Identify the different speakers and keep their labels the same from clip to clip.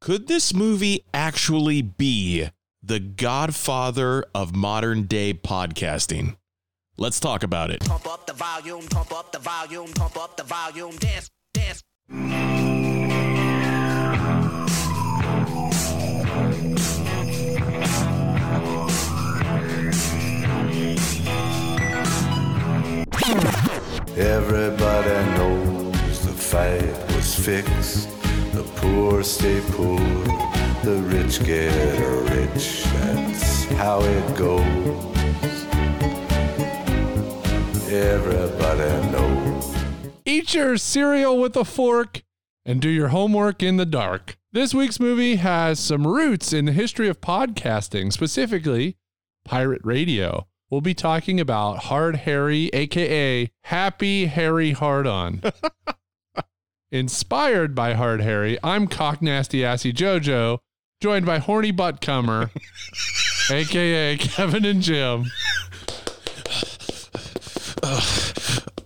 Speaker 1: Could this movie actually be the godfather of modern day podcasting? Let's talk about it.
Speaker 2: Pump up the volume, pump up the volume, pump up the volume, dance, dance.
Speaker 3: Everybody knows the fight was fixed. The poor stay poor, the rich get rich. That's how it goes. Everybody knows.
Speaker 4: Eat your cereal with a fork and do your homework in the dark. This week's movie has some roots in the history of podcasting, specifically pirate radio. We'll be talking about Hard Harry, aka Happy Harry Hardon. Inspired by Hard Harry, I'm cock nasty assy JoJo, joined by horny butt cummer, aka Kevin and Jim.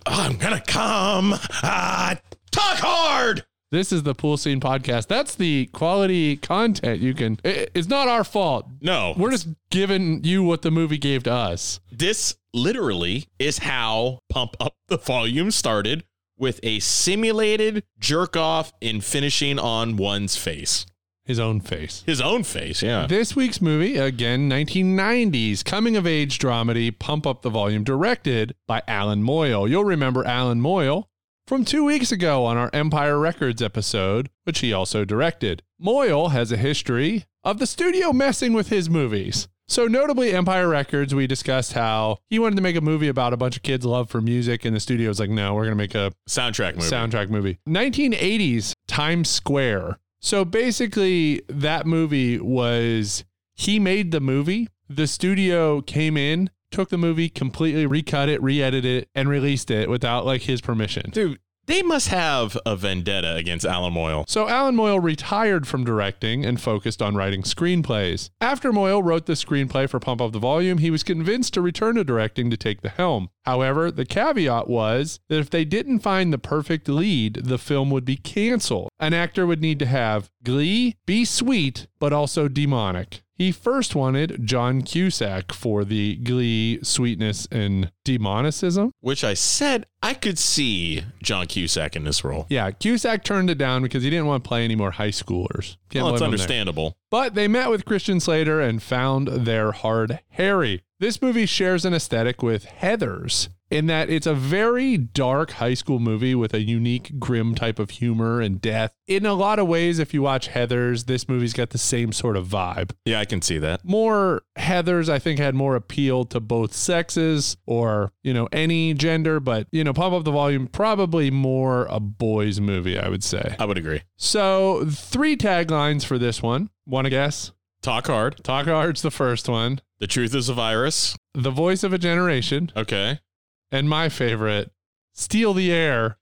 Speaker 1: I'm gonna come. Uh, talk hard.
Speaker 4: This is the pool scene podcast. That's the quality content you can. i- it's not our fault.
Speaker 1: No,
Speaker 4: We're just giving you what the movie gave to us.
Speaker 1: this literally is how Pump Up the Volume started with a simulated jerk off in finishing on one's face.
Speaker 4: His own face.
Speaker 1: His own face, yeah.
Speaker 4: This week's movie, again, 1990s coming of age dramedy, Pump Up the Volume, directed by Alan Moyle. You'll remember Alan Moyle from two weeks ago on our Empire Records episode, which he also directed. Moyle has a history of the studio messing with his movies. So, notably, Empire Records, we discussed how he wanted to make a movie about a bunch of kids' love for music, and the studio was like, no, we're going to make a
Speaker 1: Soundtrack movie.
Speaker 4: soundtrack movie. 1980s Times Square. So basically, that movie was he made the movie. The studio came in, took the movie, completely recut it, re edited it, and released it without like his permission.
Speaker 1: Dude, they must have a vendetta against Alan Moyle.
Speaker 4: So Alan Moyle retired from directing and focused on writing screenplays. After Moyle wrote the screenplay for Pump Up the Volume, he was convinced to return to directing to take the helm. However, the caveat was that if they didn't find the perfect lead, the film would be canceled. An actor would need to have glee, be sweet, but also demonic. He first wanted John Cusack for the glee, sweetness, and demonicism.
Speaker 1: which I said I could see John Cusack in this role.
Speaker 4: Yeah, Cusack turned it down because he didn't want to play any more high schoolers. Can't
Speaker 1: well, it's
Speaker 4: blame him there.
Speaker 1: understandable.
Speaker 4: But they met with Christian Slater and found their hard Harry. This movie shares an aesthetic with Heather's in that it's a very dark high school movie with a unique, grim type of humor and death. In a lot of ways, if you watch Heather's, this movie's got the same sort of vibe.
Speaker 1: Yeah, I can see that.
Speaker 4: More Heather's, I think, had more appeal to both sexes or, you know, any gender, but, you know, pump up the volume, probably more a boys' movie, I would say.
Speaker 1: I would agree.
Speaker 4: So, three taglines for this one. Want to guess?
Speaker 1: Talk hard.
Speaker 4: Talk Hard's the first one.
Speaker 1: The truth is a virus.
Speaker 4: The voice of a generation.
Speaker 1: Okay.
Speaker 4: And my favorite, Steal the Air.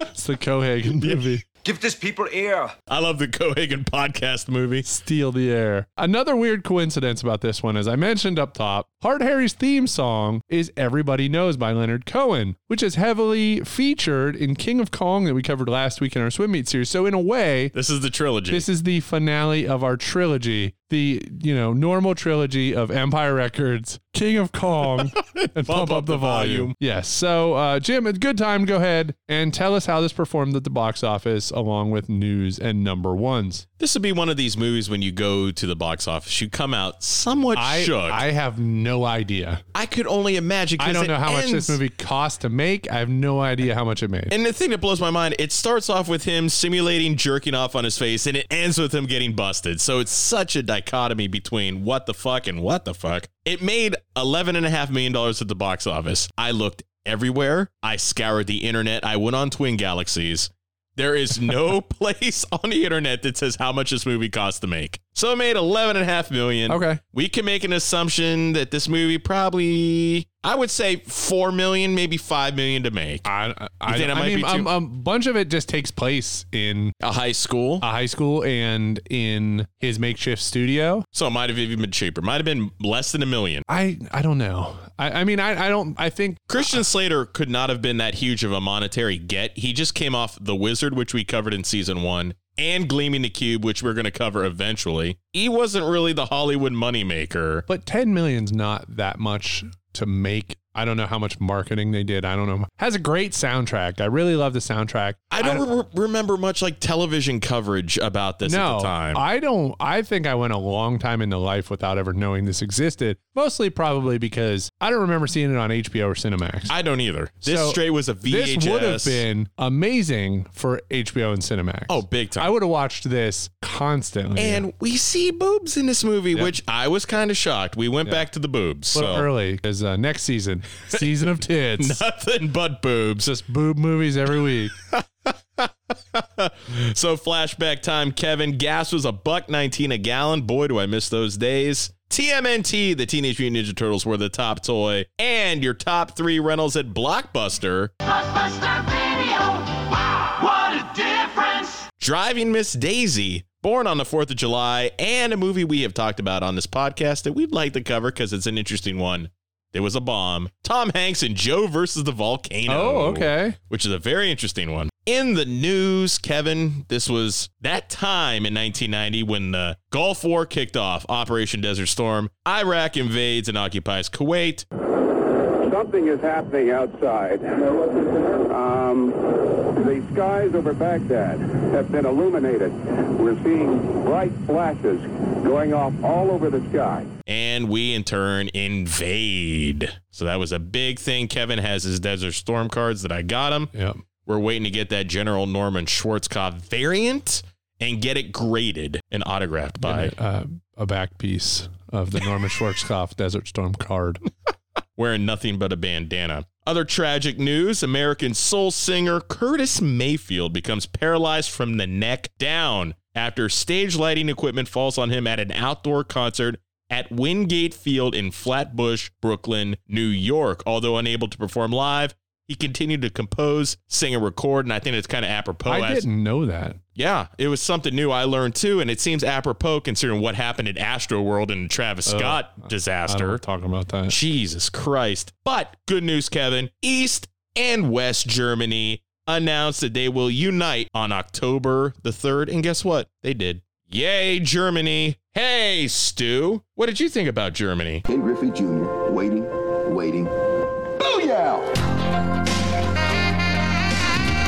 Speaker 4: it's the Cohagen movie.
Speaker 5: Give this people air.
Speaker 1: I love the Cohagen podcast movie.
Speaker 4: Steal the Air. Another weird coincidence about this one, as I mentioned up top, Hard Harry's theme song is Everybody Knows by Leonard Cohen, which is heavily featured in King of Kong that we covered last week in our swim meet series. So, in a way,
Speaker 1: This is the trilogy.
Speaker 4: This is the finale of our trilogy, the you know normal trilogy of Empire Records, King of Kong, and Pump, Up, the, volume. Yes. So, uh, Jim, it's a good time. Go ahead and tell us how this performed at the box office, along with news and number ones.
Speaker 1: this would be one of these movies when you go to the box office, you come out somewhat
Speaker 4: I
Speaker 1: shook. I,
Speaker 4: I have no idea.
Speaker 1: could only imagine. 'cause
Speaker 4: I don't
Speaker 1: it
Speaker 4: know how much this
Speaker 1: ends-
Speaker 4: movie cost to make. I have no idea how much it made.
Speaker 1: And the thing that blows my mind, it starts off with him simulating jerking off on his face, and it ends with him getting busted. So it's such a dichotomy between what the fuck and what the fuck. It made eleven and a half million dollars at the box office. I looked everywhere. I scoured the internet. I went on Twin Galaxies. There is no place on the internet that says how much this movie cost to make. So it made eleven and a half million.
Speaker 4: Okay.
Speaker 1: We can make an assumption that this movie probably I would say four million, maybe five million to make.
Speaker 4: I, I,
Speaker 1: You think
Speaker 4: I,
Speaker 1: it might
Speaker 4: mean,
Speaker 1: be
Speaker 4: um,
Speaker 1: too-
Speaker 4: um, a bunch of it just takes place in
Speaker 1: A high school,
Speaker 4: a high school and in his makeshift studio.
Speaker 1: so it might have even been cheaper. Might have been less than a million.
Speaker 4: I, I don't know. I, I mean, I, I don't, I think
Speaker 1: Christian Slater could not have been that huge of a monetary get. He just came off The Wizard, which we covered in season one, and Gleaming the Cube, which we're going to cover eventually. He wasn't really the Hollywood moneymaker.
Speaker 4: But 10 million's not that much to make. I don't know how much marketing they did. I don't know. Has a great soundtrack. I really love the soundtrack.
Speaker 1: I don't, re- remember much like television coverage about this
Speaker 4: no,
Speaker 1: at the time.
Speaker 4: I don't. I think I went a long time into life without ever knowing this existed. Mostly probably because I don't remember seeing it on HBO or Cinemax.
Speaker 1: I don't either. This
Speaker 4: So,
Speaker 1: straight was a VHS.
Speaker 4: This would have been amazing for HBO and Cinemax.
Speaker 1: Oh, big time.
Speaker 4: I would have watched this constantly.
Speaker 1: and we see boobs in this movie, which I was kind of shocked. We went back to the boobs.
Speaker 4: a
Speaker 1: So
Speaker 4: little early because uh, next season, season of tits,
Speaker 1: nothing but boobs.
Speaker 4: just boob movies every week.
Speaker 1: So flashback time, Kevin. Gas was a buck nineteen a gallon. Boy, do I miss those days. TMNT, the Teenage Mutant Ninja Turtles were the top toy, and your top three rentals at Blockbuster.
Speaker 5: Blockbuster Video. Wow, what a difference!
Speaker 1: Driving Miss Daisy, Born on the 4th of July, and a movie we have talked about on this podcast that we'd like to cover because it's an interesting one. There was a bomb. Tom Hanks and Joe versus the volcano.
Speaker 4: Oh, okay.
Speaker 1: Which is a very interesting one. In the news, Kevin, this was that time in 1990 when the Gulf War kicked off, Operation Desert Storm. Iraq invades and occupies Kuwait.
Speaker 6: Something is happening outside. Um, the skies over Baghdad have been illuminated. We're seeing bright flashes going off all over the sky.
Speaker 1: and we in turn invade. So that was a big thing. Kevin has his Desert Storm cards that I got him.
Speaker 4: Yep.
Speaker 1: We're waiting to get that General Norman Schwarzkopf variant and get it graded and autographed by
Speaker 4: uh, a back piece of the Norman Schwarzkopf Desert Storm card.
Speaker 1: wearing nothing but a bandana. Other tragic news American soul singer Curtis Mayfield becomes paralyzed from the neck down after stage lighting equipment falls on him at an outdoor concert at Wingate Field in Flatbush, Brooklyn, New York. Although unable to perform live, he continued to compose, sing, and record. And I think it's kind of apropos.
Speaker 4: I
Speaker 1: as-
Speaker 4: didn't know that.
Speaker 1: yeah, it was something new I learned too. And it seems apropos considering what happened at Astro World and Travis
Speaker 4: Oh,
Speaker 1: Scott
Speaker 4: I don't
Speaker 1: disaster.
Speaker 4: wanna talk about that.
Speaker 1: Jesus Christ. But good news, Kevin. East and West Germany announced that they will unite on October the 3rd. And guess what? They did. Yay, Germany. Hey, Stu. What did you think about Germany?
Speaker 7: Ken Griffey Jr. waiting, waiting.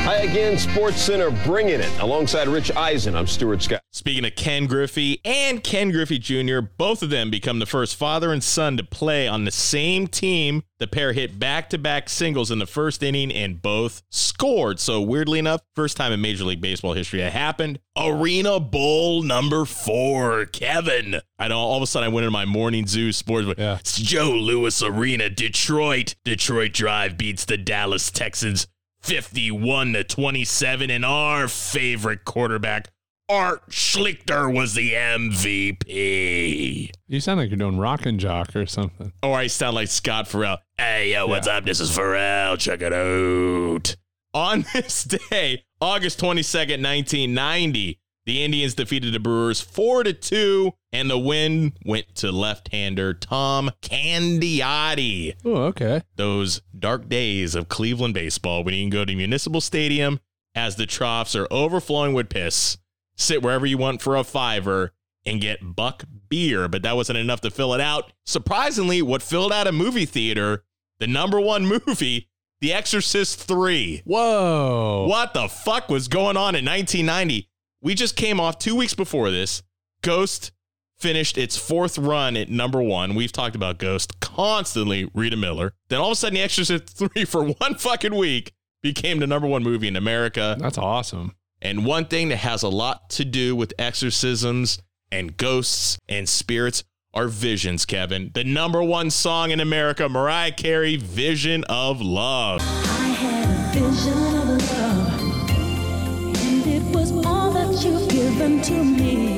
Speaker 8: Hi again, Sports Center bringing it. Alongside Rich Eisen, I'm Stuart Scott.
Speaker 1: Speaking of Ken Griffey and Ken Griffey Jr., both of them become the first father and son to play on the same team. The pair hit back to back singles in the first inning and both scored. So, weirdly enough, first time in Major League Baseball history it happened. Arena Bowl number four, Kevin. I know all of a sudden I went into my morning zoo sports, but
Speaker 4: Yeah.
Speaker 1: it's Joe Lewis Arena, Detroit. Detroit Drive beats the Dallas Texans 51 to 27, and our favorite quarterback. Art Schlichter was the MVP.
Speaker 4: You sound like you're doing rock and jock or something.
Speaker 1: Or Oh, I sound like Scott Farrell. Hey, yo, what's up? This is Farrell. Check it out. On this day, August 22nd, 1990, the Indians defeated the Brewers 4 to 2, and the win went to left hander Tom Candiotti.
Speaker 4: Oh, okay.
Speaker 1: Those dark days of Cleveland baseball when you can go to Municipal Stadium as the troughs are overflowing with piss, sit wherever you want for a fiver, and get buck beer. But that wasn't enough to fill it out. Surprisingly, what filled out a movie theater, the number one movie, The Exorcist 3.
Speaker 4: Whoa.
Speaker 1: What the fuck was going on in 1990? We just came off two weeks before this. Ghost finished its fourth run at number one. We've talked about Ghost constantly, Rita Miller. Then all of a sudden, The Exorcist 3 for one fucking week became the number one movie in America.
Speaker 4: That's awesome.
Speaker 1: And one thing that has a lot to do with exorcisms and ghosts and spirits are visions, Kevin. The number one song in America, Mariah Carey, Vision of Love.
Speaker 9: I had a vision of love, and it was all that you've given to me.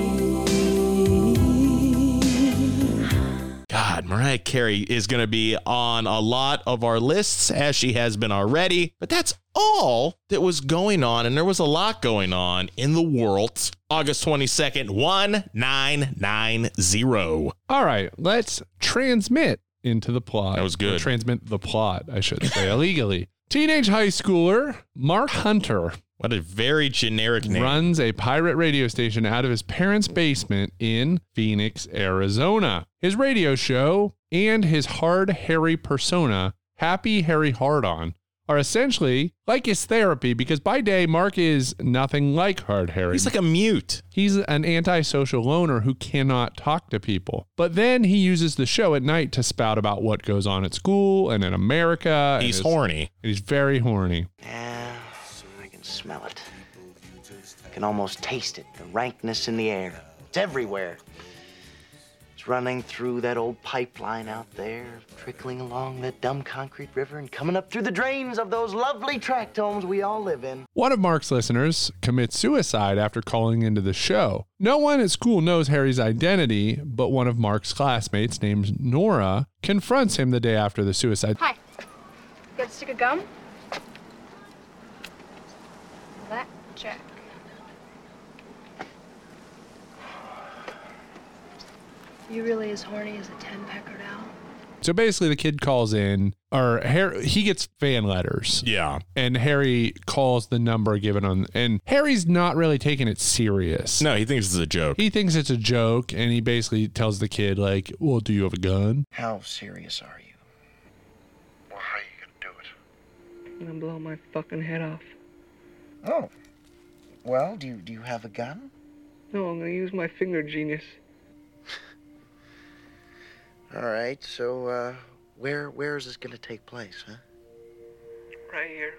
Speaker 1: God, Mariah Carey is going to be on a lot of our lists as she has been already. But that's all that was going on. And there was a lot going on in the world. August 22nd, 1990.
Speaker 4: All right, let's transmit into the plot.
Speaker 1: That was good.
Speaker 4: Or transmit the plot, I should say, illegally. Teenage high schooler Mark Hunter
Speaker 1: What a very generic name.
Speaker 4: runs a pirate radio station out of his parents' basement in Phoenix, Arizona. His radio show and his hard Harry persona, Happy Harry Hard On, are essentially like his therapy because by day, Mark is nothing like Hard Harry.
Speaker 1: He's like a mute.
Speaker 4: He's an antisocial loner who cannot talk to people. But then he uses the show at night to spout about what goes on at school and in America. and
Speaker 1: He's
Speaker 4: his-
Speaker 1: horny.
Speaker 4: and He's very horny.
Speaker 2: Yeah, I can smell it. I can almost taste it. The rankness in the air. It's everywhere. It's running through that old pipeline out there, trickling along that dumb concrete river, and coming up through the drains of those lovely tract homes we all live in.
Speaker 4: One of Mark's listeners commits suicide after calling into the show. No one at school knows Harry's identity, but one of Mark's classmates named Nora confronts him the day after the suicide.
Speaker 10: Hi. Got a stick of gum? That check. You really as horny as a ten peckered owl?
Speaker 4: So basically, the kid calls in, or Harry, he gets fan letters.
Speaker 1: Yeah.
Speaker 4: and Harry calls the number given on and Harry's not really taking it serious.
Speaker 1: No, he thinks it's a joke.
Speaker 4: He thinks it's a joke and he basically tells the kid like, "Well, do you have a gun?"
Speaker 2: How serious are you?
Speaker 5: Well, how you gonna do it?
Speaker 10: I'm gonna blow my fucking head off.
Speaker 2: Oh. Well, do you, do you have a gun?
Speaker 10: No, I'm gonna use my finger genius.
Speaker 2: All right, so uh, where where is this going to take place, huh?
Speaker 10: Right here.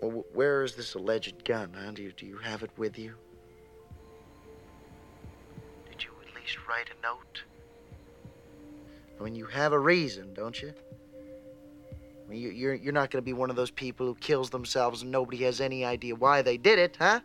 Speaker 2: Well, wh- where is this alleged gun, huh? Do you, do you have it with you? Did you at least write a note? I mean, you have a reason, don't you? I mean, you, you're, you're not going to be one of those people who kills themselves and nobody has any idea why they did it, huh?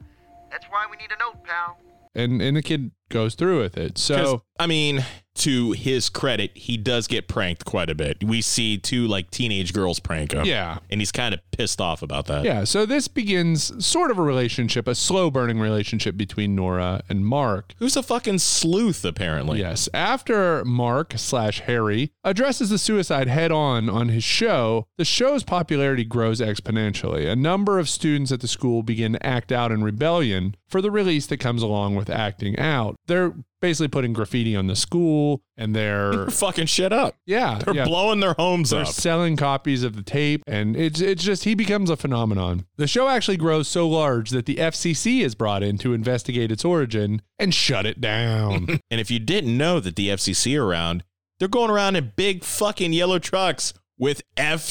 Speaker 2: That's why we need a note, pal.
Speaker 4: And and the kid goes through with it.
Speaker 1: 'Cause,
Speaker 4: So
Speaker 1: I mean, to his credit, he does get pranked quite a bit. We see two like teenage girls prank him.
Speaker 4: Yeah.
Speaker 1: And he's kind of pissed off about that.
Speaker 4: yeah, so this begins sort of a relationship, a slow burning relationship between Nora and Mark.
Speaker 1: Who's a fucking sleuth, apparently?
Speaker 4: Yes. After Mark slash Harry addresses the suicide head on on his show, the show's popularity grows exponentially. A number of students at the school begin to act out in rebellion for the release that comes along with acting out. They're basically putting graffiti on the school and they're.
Speaker 1: They're fucking shit up.
Speaker 4: Yeah,
Speaker 1: They're
Speaker 4: yeah.
Speaker 1: blowing their homes
Speaker 4: They're
Speaker 1: up.
Speaker 4: selling copies of the tape, and it's it's just he becomes a phenomenon. The show actually grows so large that the FCC is brought in to investigate its origin and shut it down.
Speaker 1: and if you didn't know that the FCC are around, they're going around in big fucking yellow trucks with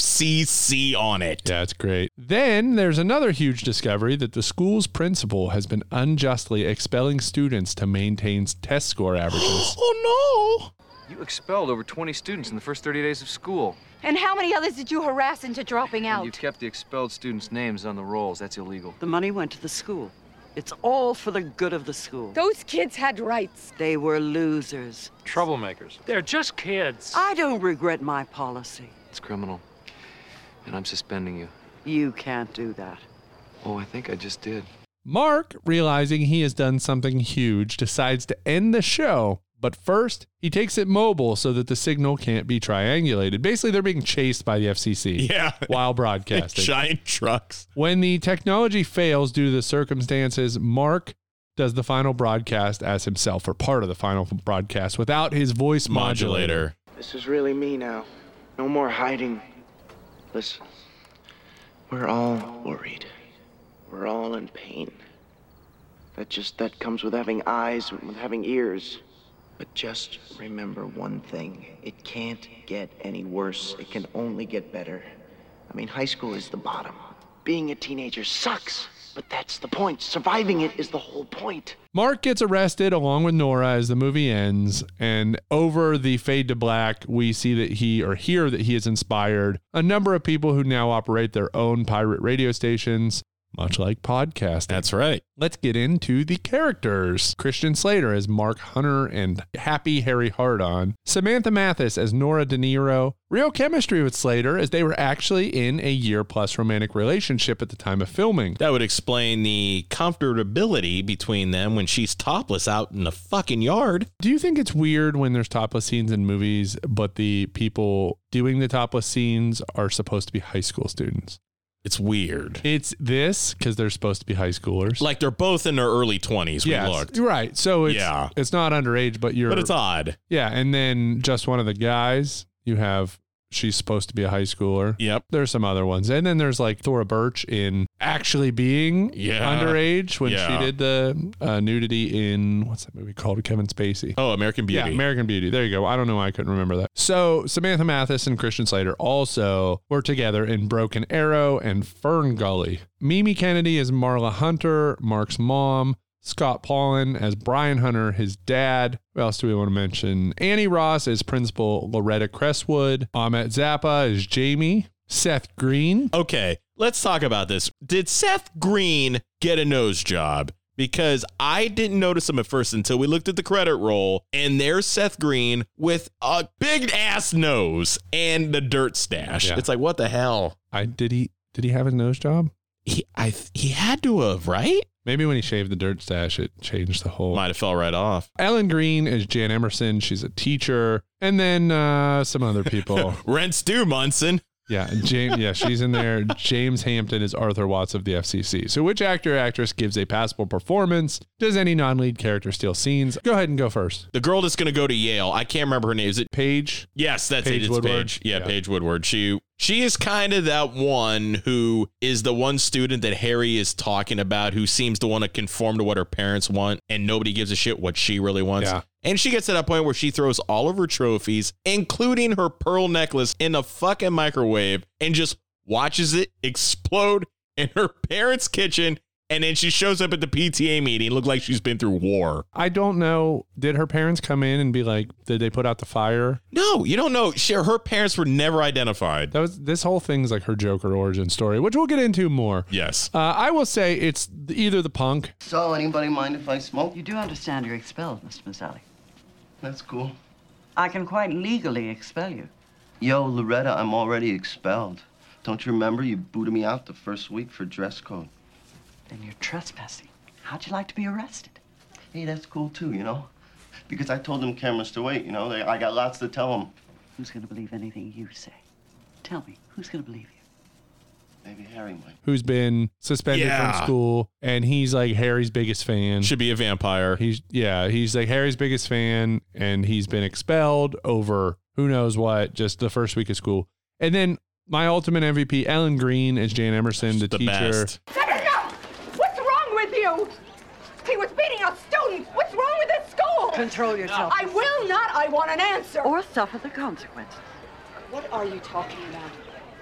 Speaker 1: FCC on it.
Speaker 4: Yeah, it's great. Then there's another huge discovery that the school's principal has been unjustly expelling students to maintain test score averages.
Speaker 1: Oh no.
Speaker 11: You expelled over 20 students in the first 30 days of school.
Speaker 10: And how many others did you harass into dropping
Speaker 11: And you kept the expelled students' names on the rolls. That's illegal.
Speaker 2: The money went to the school. It's all for the good of the school.
Speaker 10: Those kids had rights.
Speaker 2: They were losers.
Speaker 11: Troublemakers.
Speaker 2: I don't regret my policy.
Speaker 11: It's criminal. And I'm suspending you.
Speaker 2: You can't do that.
Speaker 11: Oh, I think I just did.
Speaker 4: Mark, realizing he has done something huge, decides to end the show. But first, he takes it mobile so that the signal can't be triangulated. Basically, they're being chased by the FCC
Speaker 1: Yeah.
Speaker 4: while broadcasting.
Speaker 1: Giant trucks.
Speaker 4: When the technology fails due to the circumstances, Mark does the final broadcast as himself or part of the final broadcast without his voice modulator.
Speaker 1: Modulator.
Speaker 2: This is really me now. No more hiding. Listen, we're all worried. We're all in pain. That just that comes with having eyes and with having ears. But just remember one thing. It can't get any worse. It can only get better. I mean, high school is the bottom. Being a teenager sucks, but that's the point. Surviving it is the whole point.
Speaker 4: Mark gets arrested along with Nora as the movie ends, and over the fade to black, we see that he or hear that he has inspired a number of people who now operate their own pirate radio stations. much like podcasting.
Speaker 1: That's right.
Speaker 4: Let's get into the characters. Christian Slater as Mark Hunter and Happy Harry Hardon. Samantha Mathis as Nora De Niro. Real chemistry with Slater as they were actually in a year plus romantic relationship at the time of filming.
Speaker 1: That would explain the comfortability between them when she's topless out in the fucking yard.
Speaker 4: Do you think it's weird when there's topless scenes in movies, but the people doing the topless scenes are supposed to be high school students?
Speaker 1: It's weird.
Speaker 4: It's this because they're supposed to be high schoolers.
Speaker 1: Like they're both in their early 20s.
Speaker 4: Yes,
Speaker 1: We looked.
Speaker 4: right. So it's
Speaker 1: Yeah.
Speaker 4: it's not underage, but you're
Speaker 1: But it's odd.
Speaker 4: yeah. And then just one of the guys you have. She's supposed to be a high schooler.
Speaker 1: Yep.
Speaker 4: There's some other ones, and then there's like Thora Birch in actually being
Speaker 1: Yeah.
Speaker 4: underage when
Speaker 1: Yeah.
Speaker 4: she did the uh, nudity in what's that movie called? Kevin Spacey.
Speaker 1: Oh, American Beauty.
Speaker 4: Yeah, American Beauty. There you go. I don't know why I couldn't remember that. So Samantha Mathis and Christian Slater also were together in Broken Arrow and Fern Gully. Mimi Kennedy is Marla Hunter, Mark's mom. Scott Paulin as Brian Hunter, his dad. What else do we want to mention? Annie Ross as Principal Loretta Cresswood. Ahmet Zappa is Jamie. Seth Green.
Speaker 1: Okay, let's talk about this. Did Seth Green get a nose job? Because I didn't notice him at first until we looked at the credit roll, and there's Seth Green with a big ass nose and the dirt stash.
Speaker 4: Yeah.
Speaker 1: It's like, what the hell?
Speaker 4: I did he did he have a nose job?
Speaker 1: He, I, th- he had to have, right?
Speaker 4: Maybe when he shaved the dirt stash, it changed the whole
Speaker 1: Might have fell right off.
Speaker 4: Ellen Green is Jan Emerson. She's a teacher, and then uh, some other people.
Speaker 1: Rents due, Munson.
Speaker 4: yeah, James. Yeah, she's in there. James Hampton is Arthur Watts of the FCC. So, which actor or actress gives a passable performance? Does any non-lead character steal scenes? Go ahead and go first.
Speaker 1: The girl that's going to go to Yale, I can't remember her name. Is it
Speaker 4: Paige.
Speaker 1: Yes, that's
Speaker 4: Paige
Speaker 1: it. It's
Speaker 4: Woodward.
Speaker 1: Paige. Yeah,
Speaker 4: Yeah.
Speaker 1: Paige Woodward. She she is kind of that one who is the one student that Harry is talking about who seems to want to conform to what her parents want and nobody gives a shit what she really wants.
Speaker 4: Yeah.
Speaker 1: And she gets to that point where she throws all of her trophies, including her pearl necklace, in the fucking microwave and just watches it explode in her parents' kitchen. And then she shows up at the PTA meeting, look like she's been through war.
Speaker 4: I don't know. Did her parents come in and be like, did they put out the fire?
Speaker 1: No, you don't know. She, her parents were never identified.
Speaker 4: That was this whole thing's like her Joker origin story, which we'll get into more.
Speaker 1: Yes.
Speaker 4: Uh, I will say it's either the punk.
Speaker 12: So, anybody mind if I smoke? You do
Speaker 13: understand you're expelled, Mr. Maselli.
Speaker 12: That's cool.
Speaker 13: I can quite legally expel you.
Speaker 12: Yo, Loretta, I'm already expelled. Don't you remember you booted me out the first week for dress code?
Speaker 13: Then you're trespassing. How'd you like to be arrested?
Speaker 12: Hey, that's cool too, you know? Because I told them cameras to wait, you know? They, I got lots to tell them.
Speaker 13: Who's going to believe anything you say? Tell me, who's going to believe you?
Speaker 12: Maybe Harry might.
Speaker 4: Who's been suspended
Speaker 1: Yeah.
Speaker 4: from school, and he's like Harry's biggest fan.
Speaker 1: Should be a vampire.
Speaker 4: He's yeah, he's like Harry's biggest fan, and he's been expelled over who knows what, just the first week of school. And then my ultimate MVP, Ellen Green, is Jane Emerson, the,
Speaker 1: the
Speaker 4: teacher.
Speaker 1: best.
Speaker 14: Let him go! What's wrong with you? He was beating a student. What's wrong with this school?
Speaker 13: Control yourself.
Speaker 14: I will not. I want an answer.
Speaker 13: Or suffer the consequences.
Speaker 14: What are you talking about?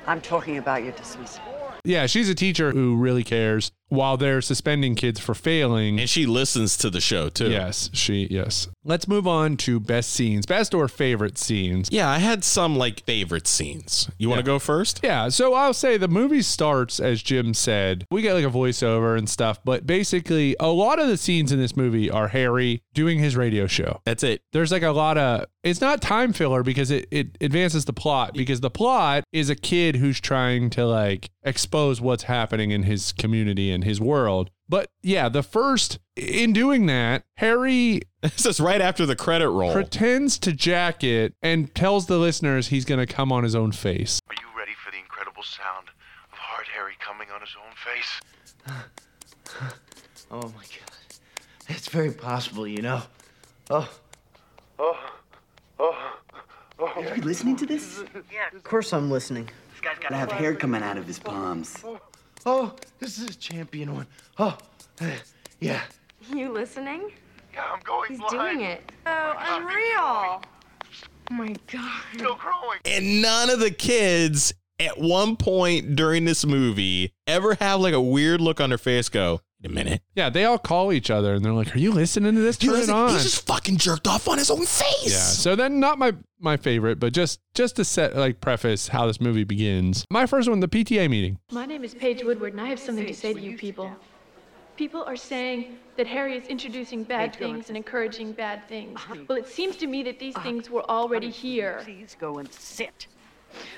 Speaker 13: I'm talking about your dismissal.
Speaker 4: Yeah, she's a teacher who really cares while they're suspending kids for failing.
Speaker 1: And she listens to the show too.
Speaker 4: Yes, she yes. Let's move on to best scenes, best or favorite scenes.
Speaker 1: Yeah, I had some like favorite scenes. You want to go first?
Speaker 4: Yeah, so I'll say the movie starts as Jim said. We get like a voiceover and stuff, but basically a lot of the scenes in this movie are Harry doing his radio show.
Speaker 1: That's it.
Speaker 4: There's like a lot of it's not time filler because it, it advances the plot because the plot is a kid who's trying to like expose what's happening in his community and his world. But yeah, the first in doing that, Harry
Speaker 1: This is right after the credit roll.
Speaker 4: pretends to jack it and tells the listeners he's going to come on his own face.
Speaker 15: Are you ready for the incredible sound of Hard Harry coming on his own face?
Speaker 2: Oh my god. It's very possible, you know. Oh.
Speaker 15: Oh, oh, oh.
Speaker 2: Are you listening to this?
Speaker 13: Yeah.
Speaker 2: Of course I'm listening. This
Speaker 13: guy's
Speaker 2: got
Speaker 13: I have hair coming out of his palms.
Speaker 2: Oh, this is a champion one. Oh, eh, yeah.
Speaker 14: You listening?
Speaker 15: Yeah, I'm going
Speaker 14: He's
Speaker 15: blind.
Speaker 14: doing it. Oh, unreal. Oh my god.
Speaker 15: Still growing.
Speaker 1: and none of the kids at one point during this movie ever have like a weird look on their face go, Wait a minute.
Speaker 4: Yeah, they all call each other and they're like, "Are you listening to this? Turn it on."
Speaker 1: He just fucking jerked off on his own face.
Speaker 4: Yeah. So then, not my my favorite, but just just to set like preface how this movie begins. My first one, the PTA meeting.
Speaker 16: My name is Paige Woodward, and I have something to say to you people. People are saying that Harry is introducing bad things and encouraging bad things. Well, it seems to me that these things were already here.
Speaker 13: Uh-huh. Please go and sit.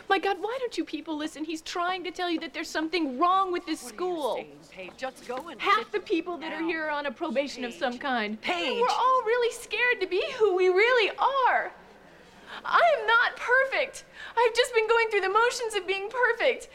Speaker 16: My God, why don't you people listen? He's trying to tell you that there's something wrong with this school.
Speaker 13: Paige, just go and
Speaker 16: Half the people that are here are on a probation of some kind. And
Speaker 13: Paige.
Speaker 16: we're all really scared to be who we really are. I am not perfect. I've just been going through the motions of being perfect.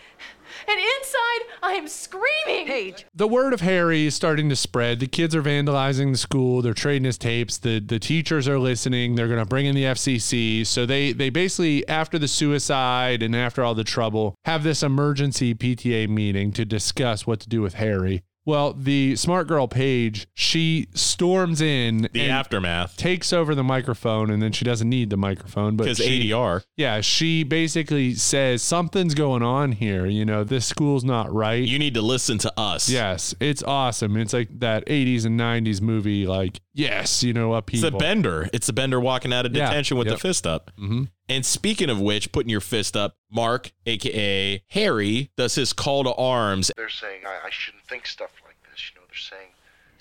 Speaker 16: And inside, I am screaming.
Speaker 13: Paige.
Speaker 4: The word of Harry is starting to spread. The kids are vandalizing the school. They're trading his tapes. The the teachers are listening. They're going to bring in the FCC. So they they basically after the suicide and after all the trouble have this emergency PTA meeting to discuss what to do with Harry. Well, the smart girl Paige, she storms in
Speaker 1: The
Speaker 4: and
Speaker 1: aftermath.
Speaker 4: takes over the microphone and then she doesn't need the microphone but
Speaker 1: Because
Speaker 4: she-
Speaker 1: ADR.
Speaker 4: Yeah, she basically says something's going on here. You know, this school's not right.
Speaker 1: You need to listen to us.
Speaker 4: Yes, it's awesome. It's like that 80s and 90s movie, like, yes, you know,
Speaker 1: It's
Speaker 4: upheaval.
Speaker 1: a bender. It's a bender walking out of
Speaker 4: Yeah.
Speaker 1: detention with
Speaker 4: Yep.
Speaker 1: the fist up.
Speaker 4: Mm-hmm.
Speaker 1: And speaking of which, putting your fist up, Mark, aka Harry, does his call to arms.
Speaker 15: They're saying I, I shouldn't think stuff like this. You know, they're saying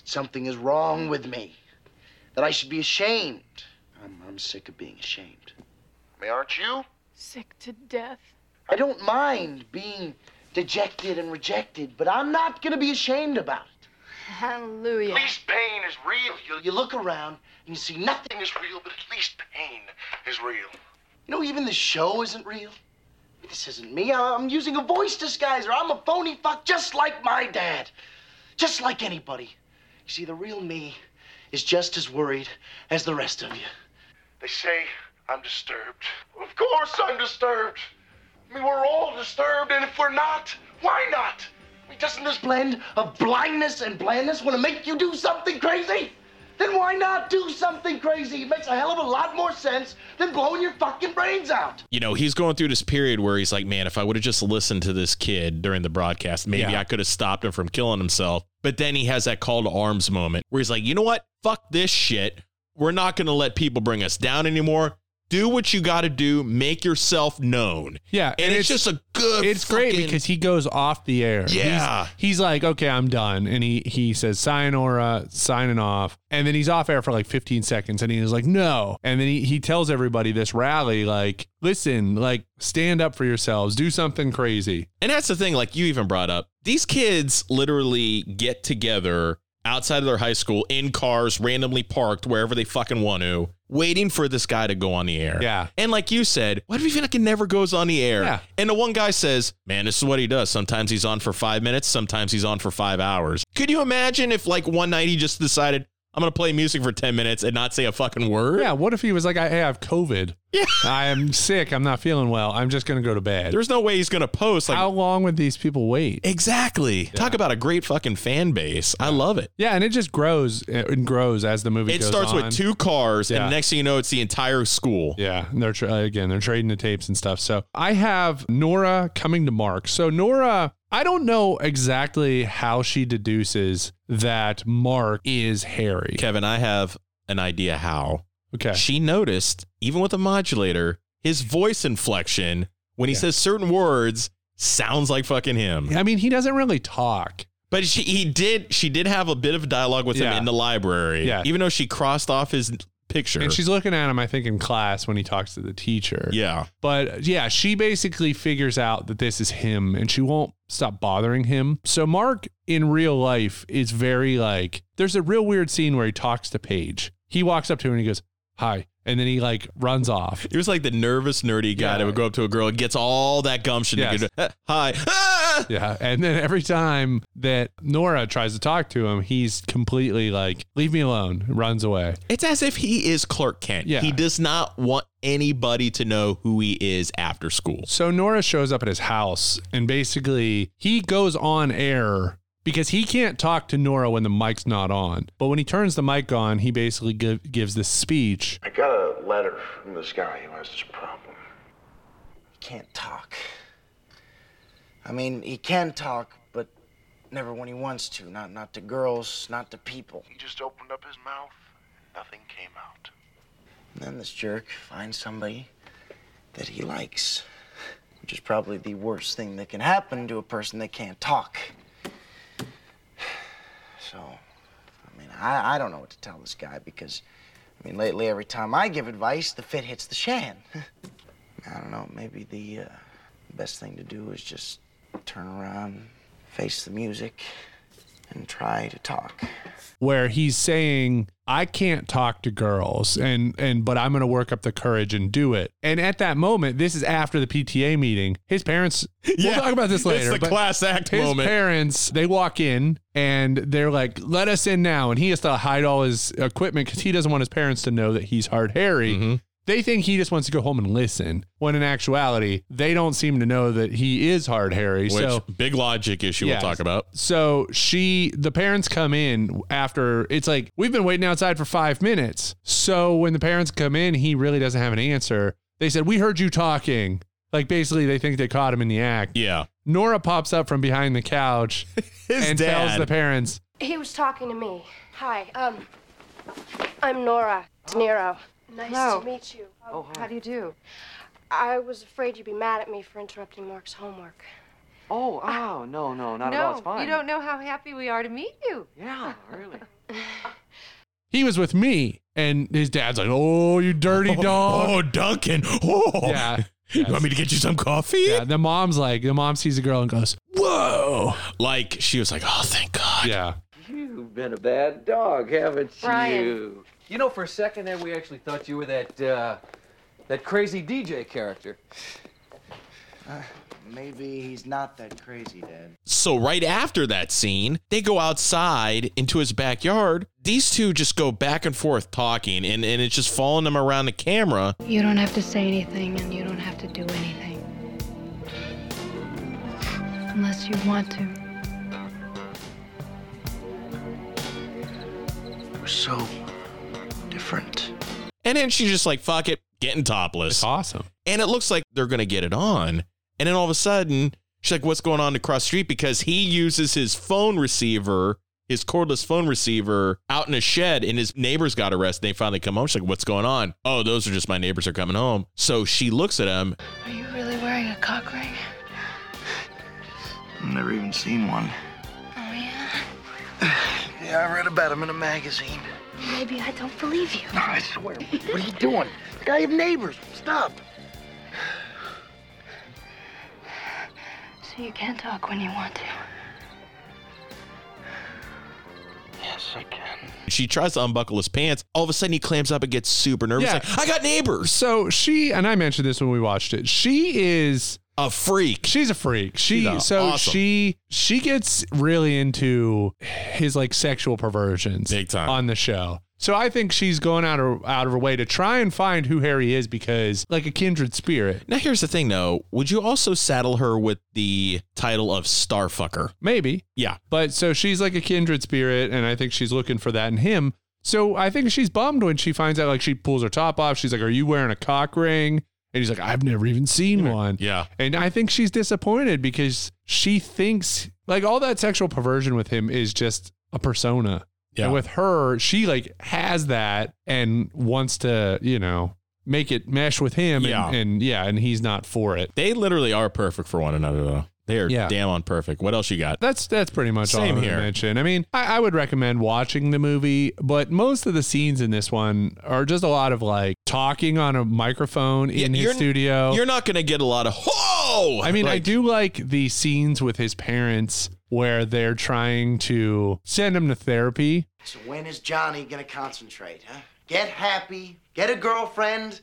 Speaker 17: Something is wrong with me. That I should be ashamed. I'm, I'm sick of being ashamed.
Speaker 15: May aren't you?
Speaker 16: Sick to death.
Speaker 17: I don't mind being dejected and rejected, but I'm not going to be ashamed about it.
Speaker 16: Hallelujah.
Speaker 17: At least pain is real. You, you look around and you see nothing is real, but at least pain is real. You know, even the show isn't real. This isn't me. I- I'm using a voice disguiser. I'm a phony fuck just like my dad. Just like anybody. You see, the real me is just as worried as the rest of you.
Speaker 15: They say I'm disturbed. Of course I'm disturbed. I mean, we're all disturbed, and if we're not, why not?
Speaker 17: I mean, doesn't this blend of blindness and blandness want to make you do something crazy? Then why not do something crazy? It makes a hell of a lot more sense than blowing your fucking brains out.
Speaker 1: You know, he's going through this period where he's like, man, if I would have just listened to this kid during the broadcast, maybe
Speaker 4: Yeah.
Speaker 1: I could have stopped him from killing himself. But then he has that call to arms moment where he's like, you know what? Fuck this shit. We're not going to let people bring us down anymore. Do what you got to do. Make yourself known.
Speaker 4: Yeah,
Speaker 1: And, it's, just a good.
Speaker 4: It's great
Speaker 1: fucking-
Speaker 4: because he goes off the air.
Speaker 1: Yeah.
Speaker 4: He's, he's like, okay, I'm done. And he he says, Sayonara, signing off. And then he's off air for like 15 seconds and he's like, no. And then he, he tells everybody this rally, like, listen, like, stand up for yourselves, do something crazy.
Speaker 1: And that's the thing, like you even brought up, these kids literally get together outside of their high school in cars, randomly parked wherever they fucking want to, waiting for this guy to go on the air.
Speaker 4: Yeah.
Speaker 1: And like you said, what if he fucking never goes on the air?
Speaker 4: Yeah.
Speaker 1: And the one guy says, man, this is what he does. Sometimes he's on for five minutes, sometimes he's on for five hours. Could you imagine if like one night he just decided, I'm going to play music for 10 minutes and not say a fucking word?
Speaker 4: Yeah. What if he was like, I, hey, I have COVID. Yeah. I am sick. I'm not feeling well. I'm just going to go to bed.
Speaker 1: There's no way he's going to post. Like,
Speaker 4: How long would these people wait?
Speaker 1: exactly. Talk about a great fucking fan base. I love it.
Speaker 4: Yeah, and it just grows and grows as the movie.
Speaker 1: It
Speaker 4: goes
Speaker 1: starts
Speaker 4: on.
Speaker 1: with two cars,
Speaker 4: Yeah.
Speaker 1: and next thing you know, it's the entire school.
Speaker 4: Yeah, and they're tra- again they're trading the tapes and stuff. So I have Nora coming to Mark. So Nora, I don't know exactly how she deduces that Mark is Harry.
Speaker 1: Kevin, I have an idea how.
Speaker 4: Okay,
Speaker 1: She noticed, even with a modulator, his voice inflection when he says certain words sounds like fucking him.
Speaker 4: I mean he doesn't really talk.
Speaker 1: But she he did she did have a bit of dialogue with
Speaker 4: Yeah.
Speaker 1: him in the library.
Speaker 4: Yeah.
Speaker 1: Even though she crossed off his picture.
Speaker 4: And she's looking at him, I think, in class when he talks to the teacher.
Speaker 1: yeah.
Speaker 4: But uh, yeah, she basically figures out that this is him and she won't stop bothering him. So Mark in real life is very like there's a real weird scene where he talks to Paige. He walks up to her and he goes, Hi. And then he like runs off.
Speaker 1: He was like the nervous, nerdy guy
Speaker 4: Yeah.
Speaker 1: that would go up to a girl and gets all that gumption.
Speaker 4: Yes.
Speaker 1: And go, "Ah, hi. Ah!"
Speaker 4: Yeah. And then every time that Nora tries to talk to him, he's completely like, Leave me alone, runs away.
Speaker 1: It's as if he is Clark Kent.
Speaker 4: Yeah.
Speaker 1: He does not want anybody to know who he is after school.
Speaker 4: So Nora shows up at his house and basically he goes on air because he can't talk to Nora when the mic's not on. But when he turns the mic on, he basically give, gives this speech.
Speaker 15: I got a letter from this guy who has this problem.
Speaker 17: He can't talk. I mean, he can talk, but
Speaker 18: Never when he wants to. Not not to girls, not to people.
Speaker 15: He just opened up his mouth and nothing came out.
Speaker 18: And then this jerk finds somebody that he likes, which is probably the worst thing that can happen to a person that can't talk. So, I mean, I, I don't know what to tell this guy because, I mean, lately every time I give advice, the fit hits the shan. I don't know, maybe the uh, best thing to do is just turn around, face the music, and try to talk.
Speaker 4: where he's saying I can't talk to girls and and but I'm going to work up the courage and do it. And at that moment, this is after the PTA meeting. His parents
Speaker 1: Yeah,
Speaker 4: we'll talk about this
Speaker 1: it's
Speaker 4: later.
Speaker 1: the
Speaker 4: but
Speaker 1: class act
Speaker 4: his
Speaker 1: moment.
Speaker 4: parents, they walk in and they're like, "Let us in now." And he has to hide all his equipment cuz he doesn't want his parents to know that he's hard Harry.
Speaker 1: Mm-hmm.
Speaker 4: They think he just wants to go home and listen, when in actuality, they don't seem to know that he is hard Harry.
Speaker 1: Which
Speaker 4: so
Speaker 1: big logic issue
Speaker 4: Yeah.
Speaker 1: we'll talk about.
Speaker 4: so she, the parents come in after it's like, we've been waiting outside for five minutes. So when the parents come in, he really doesn't have an answer. They said, We heard you talking. Like basically, they think they caught him in the act.
Speaker 1: Yeah.
Speaker 4: Nora pops up from behind the couch and tells
Speaker 1: dad.
Speaker 4: the parents,
Speaker 19: He was talking to me. Hi, um, I'm Nora De Niro. Nice
Speaker 10: Hello.
Speaker 19: to meet you. Um,
Speaker 10: Oh, hi. How do you do?
Speaker 19: I was afraid you'd be mad at me for interrupting Mark's homework.
Speaker 11: Oh, oh, no, no, not
Speaker 20: no,
Speaker 11: at all. It's fine.
Speaker 20: you don't know how happy we are to meet you.
Speaker 11: Yeah, really.
Speaker 4: He was with me. And his dad's like, Oh, you dirty dog.
Speaker 1: Oh, Duncan. Oh,
Speaker 4: yeah.
Speaker 1: You want me to get you some coffee?
Speaker 4: Yeah. The mom's like, The mom sees a girl and goes,
Speaker 1: Whoa. Like she was like, oh, thank God.
Speaker 4: Yeah.
Speaker 21: You've been a bad dog, haven't
Speaker 20: Brian.
Speaker 21: you?
Speaker 11: You know, for a second there, we actually thought you were that, uh, that crazy DJ character.
Speaker 18: Maybe he's not that crazy, Dad.
Speaker 1: So right after that scene, they go outside into his backyard. These two just go back and forth talking, and, and it's just following them around the camera.
Speaker 10: You don't have to say anything and you don't have to do anything. Unless you want to.
Speaker 2: We're so different.
Speaker 1: And then she's just like, fuck it, getting topless. It's
Speaker 4: awesome.
Speaker 1: And it looks like they're going to get it on. And then all of a sudden, she's like, what's going on across the street? Because he uses his phone receiver, his cordless phone receiver, out in a shed, and his neighbors got arrested. They finally come home. She's like, what's going on? Oh, those are just my neighbors are coming home. So she looks at him.
Speaker 10: Are you really wearing a cock ring?
Speaker 2: I've never even seen one.
Speaker 10: Oh, yeah?
Speaker 2: Yeah, I read about him in a magazine.
Speaker 10: Maybe I don't believe you.
Speaker 2: No, I swear. What are you doing? Like, I have neighbors. Stop.
Speaker 10: So you can't talk when you want to.
Speaker 2: Yes, I can.
Speaker 1: She tries to unbuckle his pants. All of a sudden, he clams up and gets super nervous. Like, I got neighbors.
Speaker 4: So she and I mentioned this when we watched it. She is
Speaker 1: a freak.
Speaker 4: She's a freak. She
Speaker 1: She's a-
Speaker 4: so
Speaker 1: awesome.
Speaker 4: she she gets really into his like sexual perversions big time on the show. So I think she's going out of out of her way to try and find who Harry is because like a kindred spirit.
Speaker 1: Now here's the thing though, would you also saddle her with the title of starfucker?
Speaker 4: Maybe.
Speaker 1: Yeah.
Speaker 4: But so she's like a kindred spirit, and I think she's looking for that in him. So I think she's bummed when she finds out, like, she pulls her top off. She's like, Are you wearing a cock ring? And he's like, I've never even seen one.
Speaker 1: Yeah.
Speaker 4: And I think she's disappointed because she thinks, like, all that sexual perversion with him is just a persona.
Speaker 1: Yeah.
Speaker 4: And with her, she, like, has that and wants to, you know, make it mesh with him. and-
Speaker 1: Yeah.
Speaker 4: and yeah, and he's not for it.
Speaker 1: They literally are perfect for one another though. They are
Speaker 4: Yeah.
Speaker 1: damn on perfect. What else you got?
Speaker 4: That's that's pretty much all
Speaker 1: Same
Speaker 4: I'm
Speaker 1: here.
Speaker 4: gonna mention. I mean, I, I would recommend watching the movie, but most of the scenes in this one are just a lot of like talking on a microphone in
Speaker 1: you're-
Speaker 4: his studio.
Speaker 1: You're not gonna get a lot of whoa.
Speaker 4: I mean, I
Speaker 1: Like,
Speaker 4: do like the scenes with his parents where they're trying to send him to therapy.
Speaker 18: So when is Johnny gonna concentrate, huh? Get happy, get a girlfriend,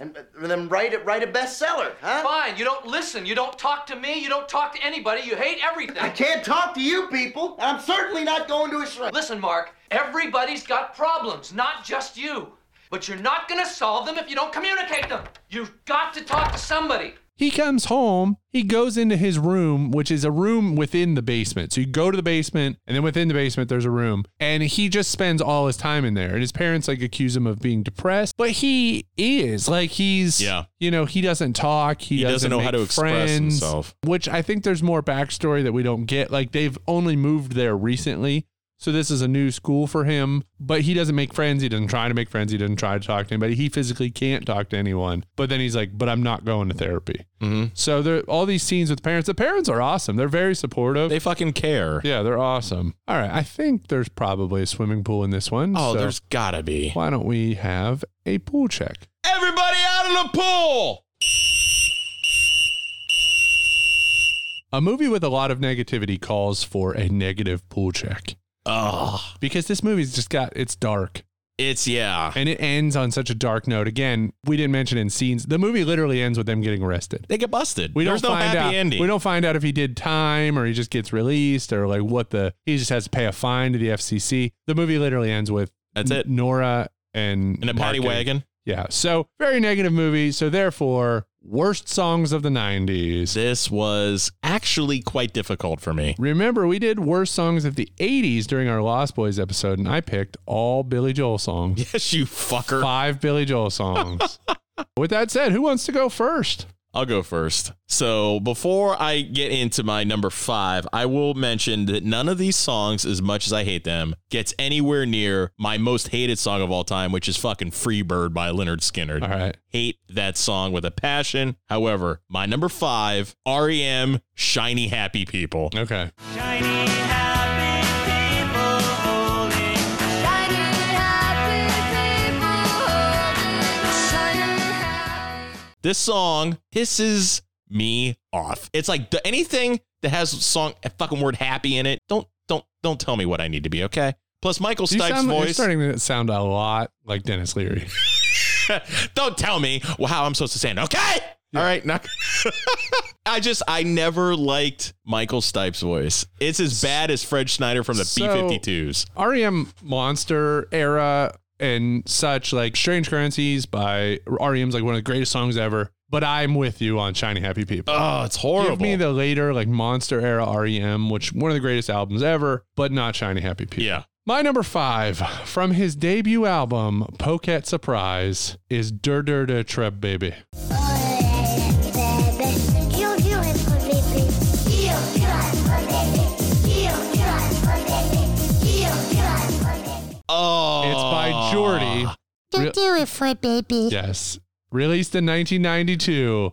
Speaker 18: and uh, then write a, write a bestseller, huh?
Speaker 11: Fine, you don't listen, you don't talk to me, you don't talk to anybody, you hate everything.
Speaker 18: I can't talk to you people, and I'm certainly not going to a shrink.
Speaker 11: Listen, Mark, everybody's got problems, not just you. But you're not gonna solve them if you don't communicate them. You've got to talk to somebody.
Speaker 4: He comes home, he goes into his room, which is a room within the basement. So you go to the basement, and then within the basement, there's a room. And he just spends all his time in there. And his parents like accuse him of being depressed, but he is. Like he's,
Speaker 1: Yeah.
Speaker 4: you know, he doesn't talk. He,
Speaker 1: He doesn't know how
Speaker 4: make
Speaker 1: to express
Speaker 4: friends,
Speaker 1: himself.
Speaker 4: Which I think there's more backstory that we don't get. Like they've only moved there recently. So this is a new school for him, but he doesn't make friends. He doesn't try to make friends. He doesn't try to talk to anybody. He physically can't talk to anyone. But then he's like, "But I'm not going to therapy."
Speaker 1: Mm-hmm.
Speaker 4: So there, all these scenes with parents. The parents are awesome. They're very supportive. They
Speaker 1: fucking care.
Speaker 4: Yeah, they're awesome. All right, I think there's probably a swimming pool in this one.
Speaker 1: Oh, there's gotta be.
Speaker 4: Why don't we have a pool check?
Speaker 1: Everybody out of the pool.
Speaker 4: A movie with a lot of negativity calls for a negative pool check.
Speaker 1: Oh.
Speaker 4: Because this movie's just got it's dark.
Speaker 1: It's yeah.
Speaker 4: And it ends on such a dark note. Again, we didn't mention in scenes. The movie literally ends with them getting arrested.
Speaker 1: They get busted.
Speaker 4: We
Speaker 1: There's
Speaker 4: don't
Speaker 1: no happy
Speaker 4: find out.
Speaker 1: ending.
Speaker 4: We don't find out if he did time or he just gets released or like what the he just has to pay a fine to the FCC. The movie literally ends with
Speaker 1: That's it.
Speaker 4: Nora and
Speaker 1: In a paddy
Speaker 4: Mark
Speaker 1: wagon.
Speaker 4: Yeah. So very negative movie. So therefore, worst songs of the '90s.
Speaker 1: This was actually quite difficult for me.
Speaker 4: Remember, we did worst songs of the '80s during our Lost Boys episode, and I picked all Billy Joel songs.
Speaker 1: Yes, you fucker.
Speaker 4: Five Billy Joel songs. With that said, who wants to go first?
Speaker 1: I'll go first. So before I get into my number five, I will mention that none of these songs, as much as I hate them, gets anywhere near my most hated song of all time, which is fucking Free Bird by Leonard Skinner.
Speaker 4: All right.
Speaker 1: Hate that song with a passion. However, my number five, REM, Shiny Happy People.
Speaker 4: Okay.
Speaker 1: This song pisses me off. It's like the, anything that has song a fucking word happy in it. Don't don't don't tell me what I need to be. Okay. Plus Michael
Speaker 4: You
Speaker 1: Stipe's
Speaker 4: sound, You're
Speaker 1: voice.
Speaker 4: starting to sound a lot like Dennis Leary.
Speaker 1: don't tell me wh- how I'm supposed to say it. Okay. All right. Now, I just I never liked Michael Stipe's voice. It's as bad as Fred Schneider from the
Speaker 4: So-
Speaker 1: B52s.
Speaker 4: REM E Monster era and such, like Strange Currencies by REM's like one of the greatest songs ever. But I'm with you on Shiny Happy People.
Speaker 1: Oh, it's horrible.
Speaker 4: Give me the later, like Monster era REM, which one of the greatest albums ever, but not Shiny Happy People.
Speaker 1: Yeah.
Speaker 4: My number five from his debut album, Pocket Surprise, is Dur Dur Dur Treb Baby.
Speaker 1: Oh.
Speaker 4: It's by Jordy. Re-
Speaker 3: do it, Fred, baby.
Speaker 4: Yes. Released in 1992.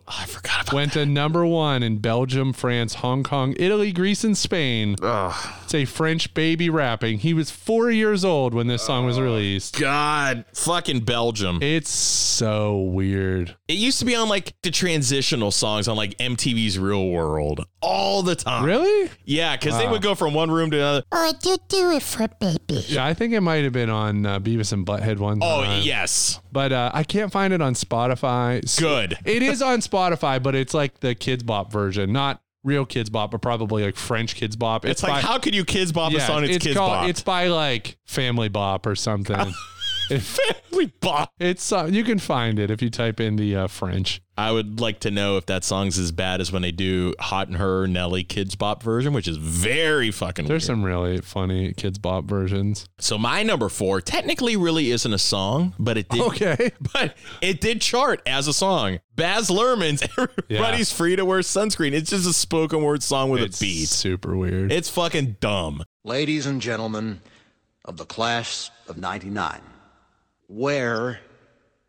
Speaker 1: Oh, I forgot about
Speaker 4: Went to number one in Belgium, France, Hong Kong, Italy, Greece, and Spain. It's a French baby rapping. He was four years old when this song was released.
Speaker 1: God, fucking Belgium.
Speaker 4: It's so weird.
Speaker 1: It used to be on like the transitional songs on like MTV's Real World all the time.
Speaker 4: Really?
Speaker 1: Yeah, because they
Speaker 4: Wow.
Speaker 1: would go from one room to another.
Speaker 3: Oh, do do it, Fred, baby.
Speaker 4: Yeah, I think it might have been on uh, Beavis and Butthead one
Speaker 1: Oh,
Speaker 4: time.
Speaker 1: yes.
Speaker 4: But uh, I can't find it on Spotify. S-
Speaker 1: Good.
Speaker 4: It is on Spotify, but it's like the Kids Bop version, not real Kids Bop, but probably like French Kids Bop.
Speaker 1: It's, like,
Speaker 4: by-
Speaker 1: how could you kids bop a
Speaker 4: Yeah,
Speaker 1: song? It's, kids
Speaker 4: called-
Speaker 1: bop.
Speaker 4: It's by like Family Bop or something.
Speaker 1: Family Bop.
Speaker 4: It's uh, you can find it if you type in the uh, French.
Speaker 1: I would like to know if that song's as bad as when they do Hot and Her Nelly Kids Bop version, which is very fucking
Speaker 4: There's
Speaker 1: weird.
Speaker 4: some really funny Kids Bop versions.
Speaker 1: so my number four technically really isn't a song, but it did
Speaker 4: Okay,
Speaker 1: but it did chart as a song. Baz Luhrmann's Everybody's Free to Wear Sunscreen. It's just a spoken word song with
Speaker 4: It's
Speaker 1: a beat.
Speaker 4: super weird.
Speaker 1: It's fucking dumb.
Speaker 22: Ladies and gentlemen of the class of 99, wear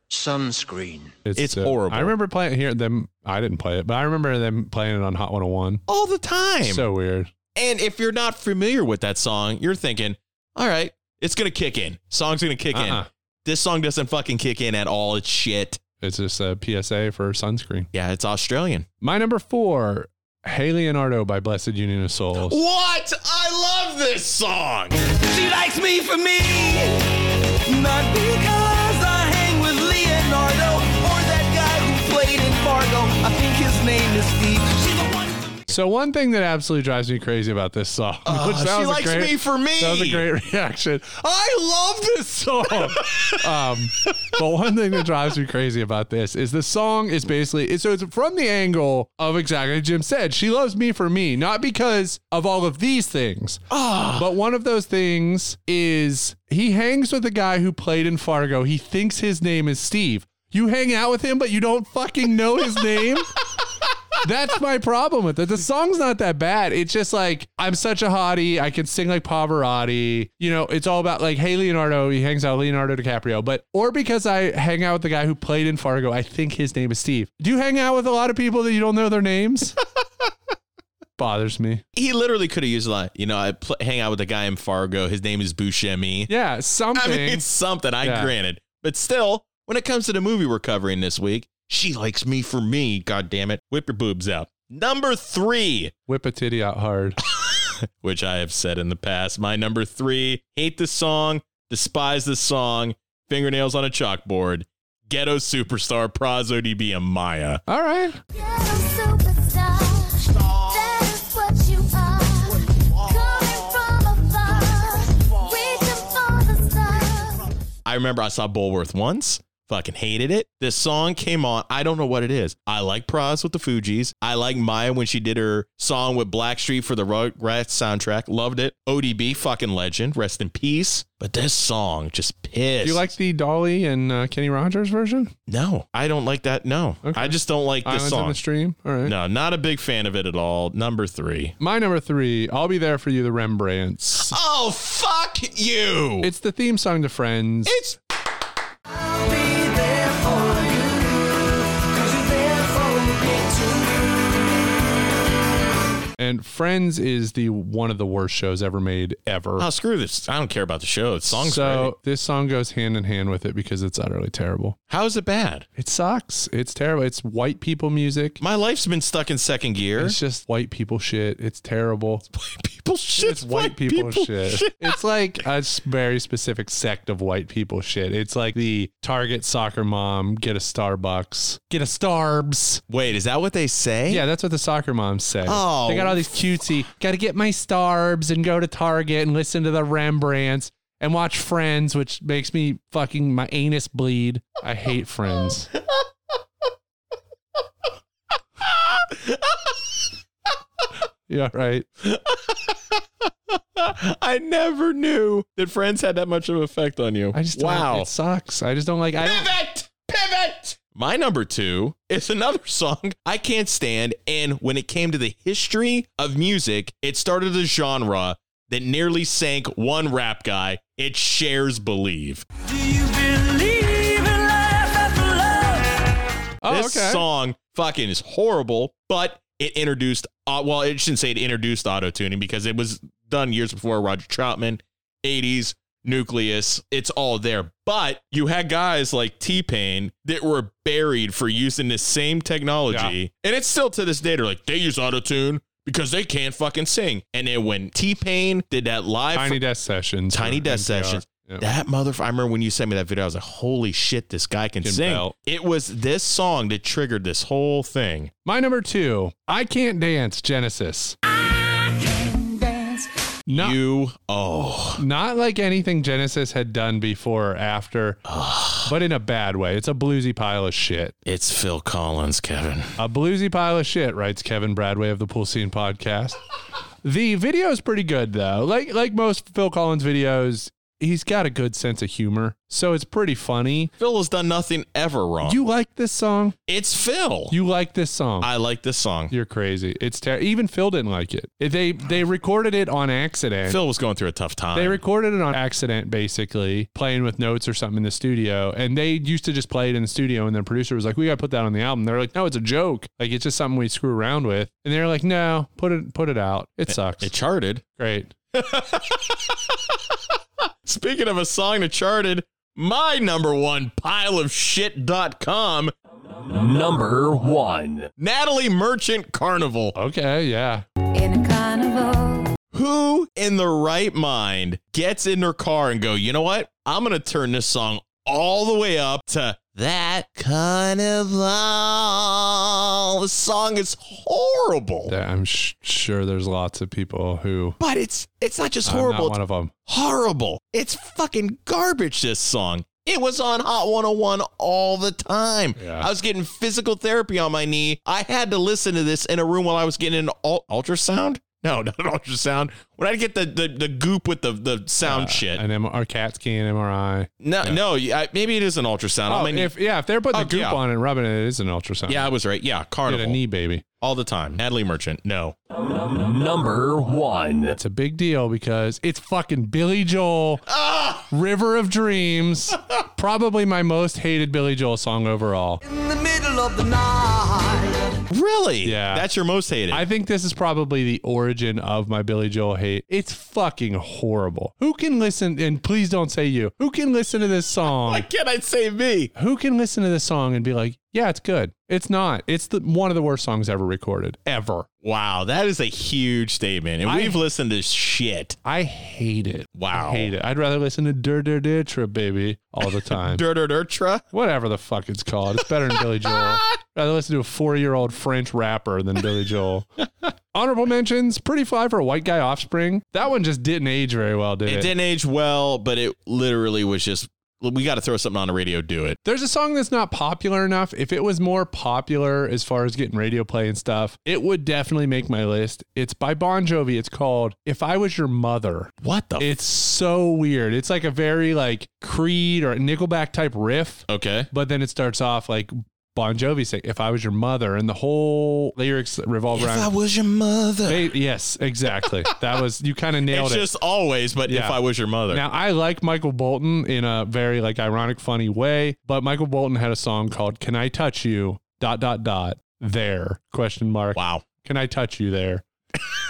Speaker 22: sunscreen.
Speaker 1: It's
Speaker 4: so-
Speaker 1: horrible.
Speaker 4: I remember playing here them. I didn't play it, but I remember them playing it on Hot 101.
Speaker 1: all the time.
Speaker 4: So weird.
Speaker 1: and if you're not familiar with that song, you're thinking, all right, it's going to kick in. Song's going to kick in.
Speaker 4: Uh-uh.
Speaker 1: This song doesn't fucking kick in at all. It's shit.
Speaker 4: It's just a PSA for sunscreen.
Speaker 1: Yeah, it's Australian.
Speaker 4: My number four, Hey Leonardo by Blessed Union of Souls.
Speaker 1: What? I love this song.
Speaker 5: She likes me for me, not because I hang with Leonardo or that guy who played in Fargo. I think his name is Steve. She's the one.
Speaker 4: So one thing that absolutely drives me crazy about this song,
Speaker 1: Oh,
Speaker 4: which that
Speaker 1: she
Speaker 4: was a
Speaker 1: likes
Speaker 4: great-
Speaker 1: me for me.
Speaker 4: That was a great reaction. I love this song. um, but one thing that drives me crazy about this is the song is basically it's- so it's from the angle of exactly what Jim said. She loves me for me, not because of all of these things. But one of those things is he hangs with a guy who played in Fargo. He thinks his name is Steve. You hang out with him, but you don't fucking know his name. That's my problem with it. The song's not that bad. It's just like I'm such a hottie. I can sing like Pavarotti. You know, it's all about like, hey Leonardo, he hangs out with Leonardo DiCaprio. But or because I hang out with the guy who played in Fargo, I think his name is Steve. Do you hang out with a lot of people that you don't know their names? Bothers me.
Speaker 1: He literally could have used a lot. You know, I pl- hang out with a guy in Fargo. His name is Buscemi.
Speaker 4: Yeah, something.
Speaker 1: I mean, it's something. I
Speaker 4: Yeah.
Speaker 1: granted, but still, when it comes to the movie we're covering this week, she likes me for me. God damn it! Whip your boobs out. Number three,
Speaker 4: Whip a titty out hard.
Speaker 1: which I have said in the past, my number three. Hate this song. Despise this song. Fingernails on a chalkboard. Ghetto superstar Prazo DB and Maya.
Speaker 4: All right.
Speaker 1: I remember I saw Bullworth once. Fucking hated it. This song came on. I don't know what it is. I like Praz with the Fugees. I like Maya when she did her song with Blackstreet for the Rugrats soundtrack. Loved it. ODB, fucking legend. Rest in peace. But this song just
Speaker 4: Do
Speaker 1: pissed.
Speaker 4: you like the Dolly and uh, Kenny Rogers version?
Speaker 1: No, I don't like that. No, I just don't like this
Speaker 4: Islands
Speaker 1: song.
Speaker 4: in the Stream. All right.
Speaker 1: No, not a big fan of it at all. Number three.
Speaker 4: My number three, I'll be there for you, the Rembrandts.
Speaker 1: Oh fuck you!
Speaker 4: It's the theme song to Friends.
Speaker 1: It's
Speaker 4: And Friends is the one of the worst shows ever made ever.
Speaker 1: Oh, screw this. I don't care about the show. The song's
Speaker 4: so
Speaker 1: great.
Speaker 4: this song goes hand in hand with it because it's utterly terrible.
Speaker 1: How is it bad?
Speaker 4: It sucks. It's terrible. It's white people music.
Speaker 1: My life's been stuck in second gear.
Speaker 4: It's just white people shit. It's terrible.
Speaker 1: people shit.
Speaker 4: It's white, people, shit. It's like a s- very specific sect of white people shit. It's like the Target soccer mom, get a Starbucks, get a Starbs.
Speaker 1: Wait, is that what they say?
Speaker 4: Yeah, that's what the soccer moms say.
Speaker 1: Oh.
Speaker 4: They got all these cutesy, got to get my Starbs and go to Target and listen to the Rembrandts and watch Friends, which makes me fucking my anus bleed. I hate Friends. yeah, right.
Speaker 1: I never knew that Friends had that much of an effect on you.
Speaker 4: I just don't-
Speaker 1: wow.
Speaker 4: it sucks. I just don't like. I don't,
Speaker 1: Pivot! Pivot! My number two is another song I can't stand. And when it came to the history of music, it started a genre that nearly sank one rap guy. It shares believe.
Speaker 4: oh,
Speaker 1: this
Speaker 4: okay.
Speaker 1: song fucking is horrible, but it introduced, uh, well, it shouldn't say it introduced auto tuning because it was done years before Roger Troutman, 80s, Nucleus, it's all there. But you had guys like T Pain that were buried for using this same technology. And it's still to this day, they're like, they use auto tune because they can't fucking sing. And then when T Pain did that live
Speaker 4: Tiny Death Sessions.
Speaker 1: Tiny
Speaker 4: for
Speaker 1: Death
Speaker 4: NPR.
Speaker 1: Sessions.
Speaker 4: Yeah.
Speaker 1: That motherfucker. I remember when you sent me that video, I was like, holy shit, this guy can,
Speaker 4: Can
Speaker 1: sing.
Speaker 4: belt.
Speaker 1: It was this song that triggered this whole thing.
Speaker 4: My number two, I Can't Dance, Genesis. Not,
Speaker 1: You, oh,
Speaker 4: not like anything Genesis had done before or after, but in a bad way. It's a bluesy pile of shit.
Speaker 1: it's Phil Collins, Kevin.
Speaker 4: A bluesy pile of shit, writes Kevin Bradway of the Pool Scene Podcast. the video is pretty good though. Like like most Phil Collins videos, he's got a good sense of humor, so it's pretty funny.
Speaker 1: Phil has done nothing ever wrong.
Speaker 4: You like this song?
Speaker 1: it's Phil.
Speaker 4: You like this song?
Speaker 1: I like this song.
Speaker 4: You're crazy. It's ter- even Phil didn't like it. They they recorded it on accident.
Speaker 1: Phil was going through a tough time.
Speaker 4: They recorded it on accident, basically playing with notes or something in the studio. And they used to just play it in the studio. And their producer was like, "We gotta put that on the album." They're like, "No, it's a joke. Like it's just something we screw around with." And they're like, "No, put it put it out. It sucks.
Speaker 1: it charted.
Speaker 4: Great."
Speaker 1: Speaking of a song that charted, my number one pile of shit.com. Number one. Natalie Merchant Carnival.
Speaker 4: Okay, yeah.
Speaker 9: In a carnival.
Speaker 1: Who in the right mind gets in their car and go, you know what? I'm going to turn this song all the way up to That kind of love. The song is horrible.
Speaker 4: I'm sh- sure there's lots of people who.
Speaker 1: But it's it's not just
Speaker 4: I'm not
Speaker 1: horrible.
Speaker 4: one of 'em.
Speaker 1: Horrible. It's fucking garbage. This song. It was on Hot 101 all the time. I was getting physical therapy on my knee. I had to listen to this in a room while I was getting an ul- ultrasound. No, not an ultrasound. When I get the the, the goop with the the sound shit.
Speaker 4: An M- our CAT scan, MRI.
Speaker 1: No, no. I, maybe it is an ultrasound.
Speaker 4: Oh,
Speaker 1: I mean,
Speaker 4: if, yeah, if they're putting
Speaker 1: Oh,
Speaker 4: the goop
Speaker 1: yeah.
Speaker 4: on and rubbing it, it is an ultrasound.
Speaker 1: yeah, I was right. Yeah, Carnival.
Speaker 4: knee baby.
Speaker 1: All the time. Natalie Merchant. No.
Speaker 4: Number one. It's a big deal because it's fucking Billy Joel, River of Dreams, probably my most hated Billy Joel song overall.
Speaker 5: In the middle of the night.
Speaker 1: Really?
Speaker 4: Yeah.
Speaker 1: That's your most hated.
Speaker 4: I think this is probably the origin of my Billy Joel hate. It's fucking horrible. Who can listen, and please don't say you, who can listen to this song? Why
Speaker 1: can't I say me?
Speaker 4: Who can listen to this song and be like, yeah, it's good? It's not. It's the, one of the worst songs ever recorded, ever.
Speaker 1: Wow, that is a huge statement. And
Speaker 4: I-
Speaker 1: we've listened to shit.
Speaker 4: I hate it.
Speaker 1: Wow.
Speaker 4: I hate it. I'd rather listen to Dur Dur Durtra, baby, all the time.
Speaker 1: Dirt or Dirtra?
Speaker 4: Whatever the fuck it's called. It's better than Billy Joel. I'd rather listen to a four year old French rapper than Billy Joel. Honorable mentions, pretty fly for a white guy offspring. That one just didn't age very well, did it?
Speaker 1: It didn't age well, but it literally was just we got to throw something on the radio. Do it.
Speaker 4: There's a song that's not popular enough. If it was more popular as far as getting radio play and stuff, it would definitely make my list. It's by Bon Jovi. It's called If I Was Your Mother.
Speaker 1: What the?
Speaker 4: It's so weird. It's like a very like Creed or Nickelback type riff.
Speaker 1: Okay.
Speaker 4: But then it starts off like Bon Jovi saying, If I Was Your Mother. And the whole lyrics revolve around.
Speaker 1: was your mother.
Speaker 4: Ba- yes, exactly. that was, you kind of nailed
Speaker 1: It's
Speaker 4: it.
Speaker 1: just always, but if
Speaker 4: Yeah.
Speaker 1: I was your mother.
Speaker 4: Now I like Michael Bolton in a very like ironic, funny way, but Michael Bolton had a song called "Can I Touch You?" dot dot dot there question mark.
Speaker 1: Wow.
Speaker 4: Can I touch you there?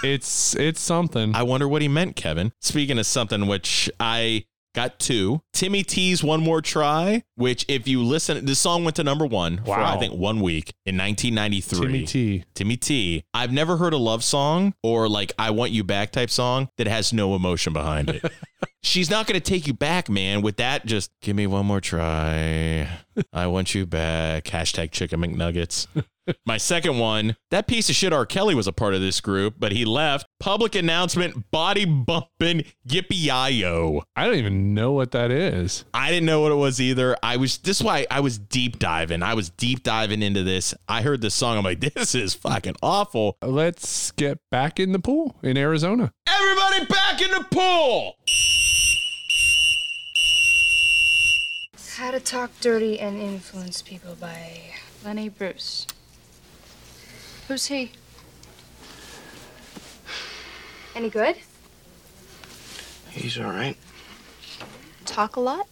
Speaker 4: it's it's something.
Speaker 1: I wonder what he meant, Kevin. Speaking of something which I got two, Timmy T's One More Try, which if you listen, the song went to number one for
Speaker 4: Wow.
Speaker 1: I think one week in 1993.
Speaker 4: Timmy T.
Speaker 1: Timmy T. I've never heard a love song or like I Want You Back type song that has no emotion behind it. She's not going to take you back, man, with that just give me one more try. I want you back. Hashtag chicken McNuggets. My second one, that piece of shit R. Kelly was a part of this group, but he left. Public announcement, body bumping, yippee
Speaker 4: I don't even know what that is.
Speaker 1: I didn't know what it was either. I was this is why I was deep diving. I was deep diving into this. I heard this song. I'm like, this is fucking awful.
Speaker 4: Let's get back in the pool in Arizona.
Speaker 1: Everybody back in the pool.
Speaker 10: How to Talk Dirty and Influence People by Lenny Bruce. Who's he?
Speaker 19: Any good?
Speaker 2: He's all right.
Speaker 19: Talk a lot?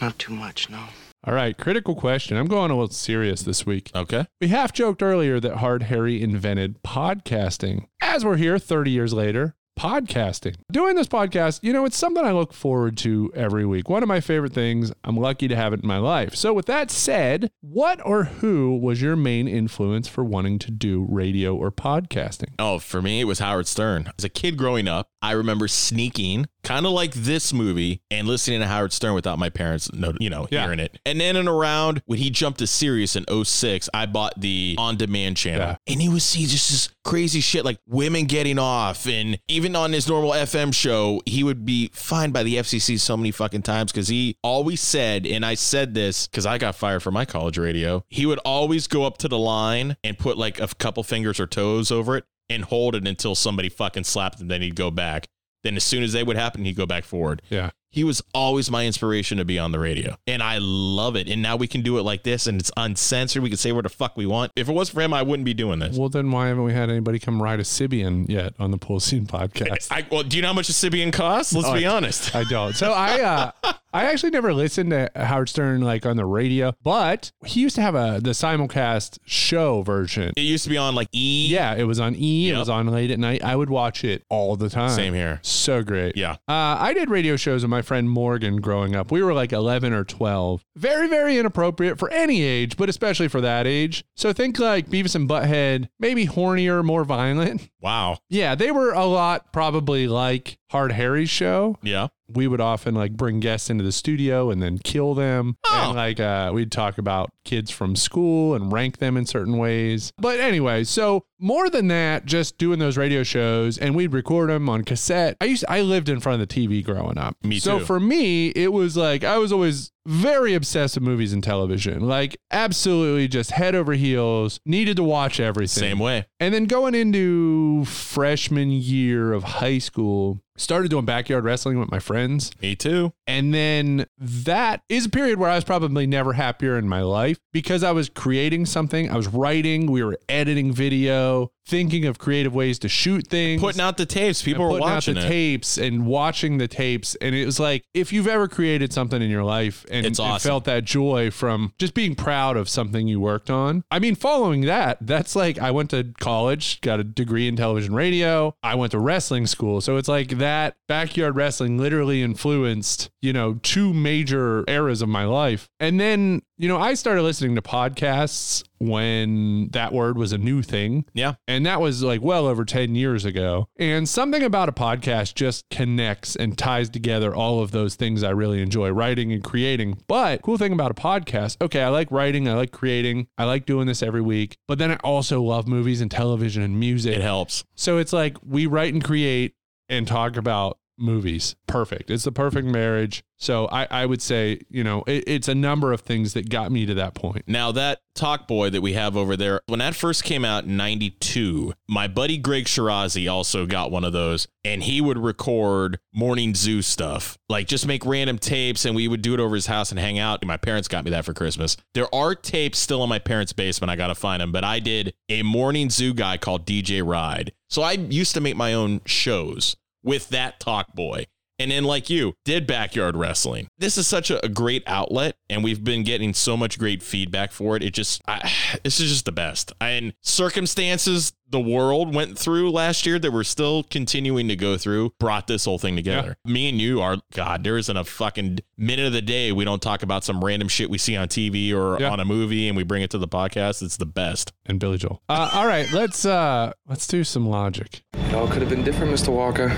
Speaker 2: Not too much, no.
Speaker 4: All right, critical question. I'm going a little serious this week.
Speaker 1: Okay.
Speaker 4: We half joked earlier that Hard Harry invented podcasting. As we're here 30 years later, podcasting. Doing this podcast, you know, it's something I look forward to every week. One of my favorite things. I'm lucky to have it in my life. So, with that said, what or who was your main influence for wanting to do radio or podcasting?
Speaker 1: Oh, for me, it was Howard Stern. As a kid growing up, I remember sneaking, kind of like this movie, and listening to Howard Stern without my parents, no, you know,
Speaker 4: Yeah.
Speaker 1: hearing it. And then and around when he jumped to Sirius in 06, I bought the on-demand channel, and he would see just this crazy shit like women getting off, and even on his normal FM show, he would be fined by the FCC so many fucking times because he always said, and I said this because I got fired from my college radio. He would always go up to the line and put like a couple fingers or toes over it and hold it until somebody fucking slapped him. Then he'd go back. Then as soon as they would happen, he'd go back forward.
Speaker 4: Yeah.
Speaker 1: He was always my inspiration to be on the radio. And I love it. And now we can do it like this and it's uncensored. We can say where the fuck we want. If it wasn't for him, I wouldn't be doing this.
Speaker 4: Well, then why haven't we had anybody come ride a Sibian yet on the Pool Scene podcast?
Speaker 1: I, well, do you know how much a Sibian costs? Let's
Speaker 4: Oh,
Speaker 1: be
Speaker 4: I-
Speaker 1: honest.
Speaker 4: I don't. So I uh I actually never listened to Howard Stern like on the radio, but he used to have a the simulcast show version.
Speaker 1: It used to be on like E.
Speaker 4: Yeah, it was on E. It was on late at night. I would watch it all the time.
Speaker 1: Same here.
Speaker 4: So great.
Speaker 1: Yeah.
Speaker 4: Uh, I did radio shows with my friend Morgan growing up. We were like 11 or 12. Very, very inappropriate for any age, but especially for that age. So think like Beavis and Butthead, maybe hornier, more violent.
Speaker 1: Wow.
Speaker 4: Yeah, they were a lot probably like Hard Harry's show.
Speaker 1: Yeah.
Speaker 4: we would often like bring guests into the studio and then kill them.
Speaker 1: Oh.
Speaker 4: And like uh, we'd talk about kids from school and rank them in certain ways. But anyway, so more than that, just doing those radio shows and we'd record them on cassette. I used I lived in front of the TV growing up.
Speaker 1: Me
Speaker 4: So
Speaker 1: too.
Speaker 4: for me, it was like I was always very obsessed with movies and television. Like absolutely just head over heels, needed to watch everything.
Speaker 1: Same way.
Speaker 4: And then going into freshman year of high school, started doing backyard wrestling with my friends.
Speaker 1: Me too.
Speaker 4: And then that is a period where I was probably never happier in my life because I was creating something. I was writing, we were editing video, thinking of creative ways to shoot things.
Speaker 1: Putting out the tapes. People
Speaker 4: and
Speaker 1: were
Speaker 4: putting out
Speaker 1: watching
Speaker 4: the
Speaker 1: it.
Speaker 4: tapes and watching the tapes. And it was like, if you've ever created something in your life and,
Speaker 1: It's
Speaker 4: and
Speaker 1: awesome.
Speaker 4: felt that joy from just being proud of something you worked on. I mean, following that, that's like I went to college, got a degree in television radio. I went to wrestling school. So it's like that backyard wrestling literally influenced, you know, two major eras of my life. And then, you know, I started listening to podcasts when that word was a new thing.
Speaker 1: Yeah.
Speaker 4: And that was like well over 10 years ago. And something about a podcast just connects and ties together all of those things I really enjoy writing and creating. But cool thing about a podcast, okay, I like writing, I like creating, I like doing this every week, but then I also love movies and television and music.
Speaker 1: It helps.
Speaker 4: So it's like we write and create and talk about movies. Perfect. It's the perfect marriage. So I, I would say, you know, it, it's a number of things that got me to that point.
Speaker 1: Now that Talk Boy that we have over there, when that first came out in 92, my buddy Greg Shirazi also got one of those and he would record morning zoo stuff. Like just make random tapes and we would do it over his house and hang out. My parents got me that for Christmas. There are tapes still in my parents' basement. I got to find them, but I did a morning zoo guy called DJ Ride. So I used to make my own shows with that Talk Boy and then like you did backyard wrestling this is such a, a great outlet and we've been getting so much great feedback for it it just I, this is just the best and circumstances the world went through last year that we're still continuing to go through brought this whole thing together me and you are god there isn't a fucking minute of the day we don't talk about some random shit we see on tv or
Speaker 4: Yeah.
Speaker 1: on a movie and we bring it to the podcast it's the best
Speaker 4: and Billy Joel. Uh, all right, let's uh, let's do some logic.
Speaker 6: It all could have been different, Mr. Walker.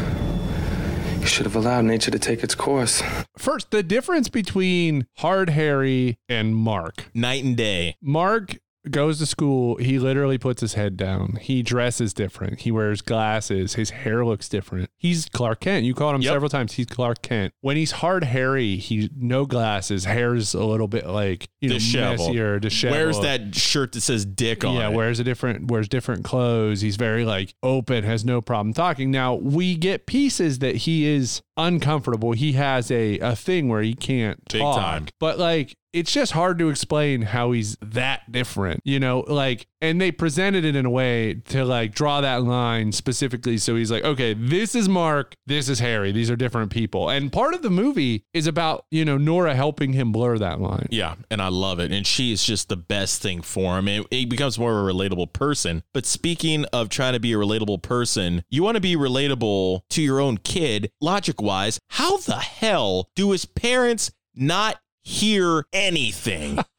Speaker 6: You should have allowed nature to take its course.
Speaker 4: First, the difference between Hard Harry and Mark.
Speaker 1: Night and day.
Speaker 4: Mark goes to school. He literally puts his head down. He dresses different. He wears glasses. His hair looks different. He's Clark Kent. You called him several times. He's Clark Kent. When he's Hard Harry, he no glasses. Hair's a little bit like you know
Speaker 1: Disheveled.
Speaker 4: messier, disheveled.
Speaker 1: Where's that shirt that says dick on
Speaker 4: yeah,
Speaker 1: it?
Speaker 4: wears a different wears different clothes. He's very like open, has no problem talking. Now we get pieces that he is uncomfortable. He has a a thing where he can't
Speaker 1: Big
Speaker 4: talk.
Speaker 1: time.
Speaker 4: But like it's just hard to explain how he's that different. You know, like and they presented it in a way to like draw that line specifically so he's like, okay, this is Mark, this is Harry. These are different people. And part of the movie is about, you know, Nora helping him blur that line.
Speaker 1: Yeah, and I love it. And she is just the best thing for him. It, it becomes more of a relatable person. But speaking of trying to be a relatable person, you want to be relatable to your own kid, logic wise. How the hell do his parents not hear anything?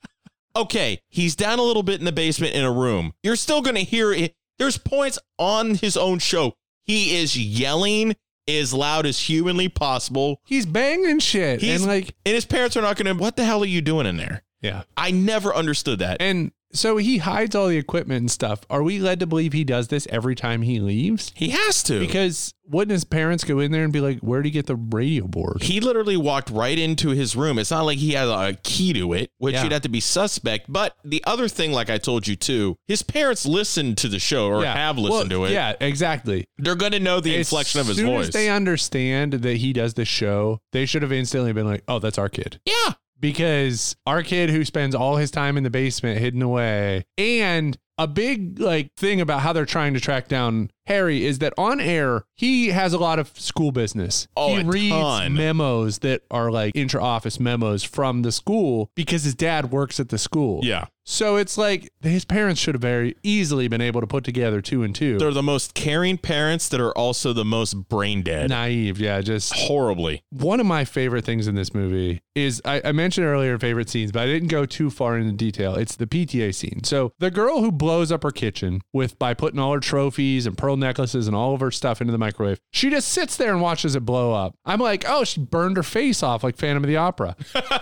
Speaker 1: okay, he's down a little bit in the basement in a room. You're still going to hear it. There's points on his own show. He is yelling as loud as humanly possible.
Speaker 4: He's banging shit.
Speaker 1: He's,
Speaker 4: and like
Speaker 1: and his parents are not going to, what the hell are you doing in there?
Speaker 4: Yeah.
Speaker 1: I never understood that.
Speaker 4: And so he hides all the equipment and stuff. Are we led to believe he does this every time he leaves?
Speaker 1: He has to.
Speaker 4: Because wouldn't his parents go in there and be like, where'd he get the radio board?
Speaker 1: He literally walked right into his room. It's not like he had a key to it, which
Speaker 4: Yeah.
Speaker 1: you'd have to be suspect. But the other thing, like I told you too, his parents listened to the show or
Speaker 4: Yeah.
Speaker 1: have listened
Speaker 4: Well,
Speaker 1: to it.
Speaker 4: Yeah, exactly.
Speaker 1: They're going to know the
Speaker 4: As
Speaker 1: inflection of his
Speaker 4: soon
Speaker 1: voice.
Speaker 4: As they understand that he does the show, they should have instantly been like, oh, that's our kid.
Speaker 1: Yeah.
Speaker 4: Because our kid who spends all his time in the basement hidden away and a big like thing about how they're trying to track down Harry is that on air he has a lot of school business.
Speaker 1: Oh,
Speaker 4: he
Speaker 1: a
Speaker 4: reads
Speaker 1: ton.
Speaker 4: memos that are like intra office memos from the school because his dad works at the school.
Speaker 1: Yeah.
Speaker 4: So it's like his parents should have very easily been able to put together two and two.
Speaker 1: They're the most caring parents that are also the most brain dead.
Speaker 4: Naive, yeah, just
Speaker 1: horribly.
Speaker 4: One of my favorite things in this movie is I, I mentioned earlier favorite scenes, but I didn't go too far into detail. It's the PTA scene. So the girl who blows up her kitchen with by putting all her trophies and pearl necklaces and all of her stuff into the microwave, she just sits there and watches it blow up. I'm like, oh, she burned her face off like Phantom of the Opera.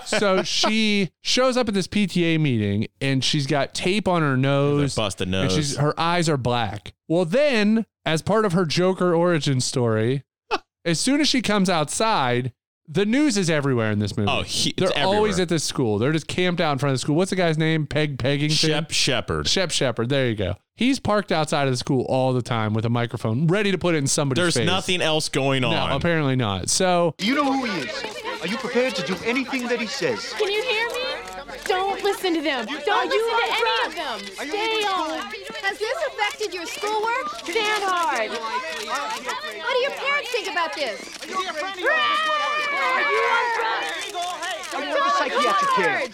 Speaker 4: so she shows up at this PTA meeting and she's got tape on her nose.
Speaker 1: Busted
Speaker 4: And
Speaker 1: nose.
Speaker 4: she's, her eyes are black. Well, then, as part of her Joker origin story, as soon as she comes outside, the news is everywhere in this movie.
Speaker 1: Oh, he- it's
Speaker 4: they're always
Speaker 1: everywhere.
Speaker 4: at this school. They're just camped out in front of the school. What's the guy's name? Peg Peggington.
Speaker 1: Shep Shepherd.
Speaker 4: Shep Shepard. There you go. He's parked outside of the school all the time with a microphone, ready to put it in somebody's
Speaker 1: There's
Speaker 4: face.
Speaker 1: nothing else going on.
Speaker 4: No, apparently not. So
Speaker 7: You know who he is. Are you prepared to do anything that he says?
Speaker 16: Can you hear me? Don't listen to them. Don't listen to any of them. Stay on.
Speaker 8: Has this affected your schoolwork?
Speaker 16: Stand hard.
Speaker 8: What do your parents think about this?
Speaker 7: Are you a psychiatric care?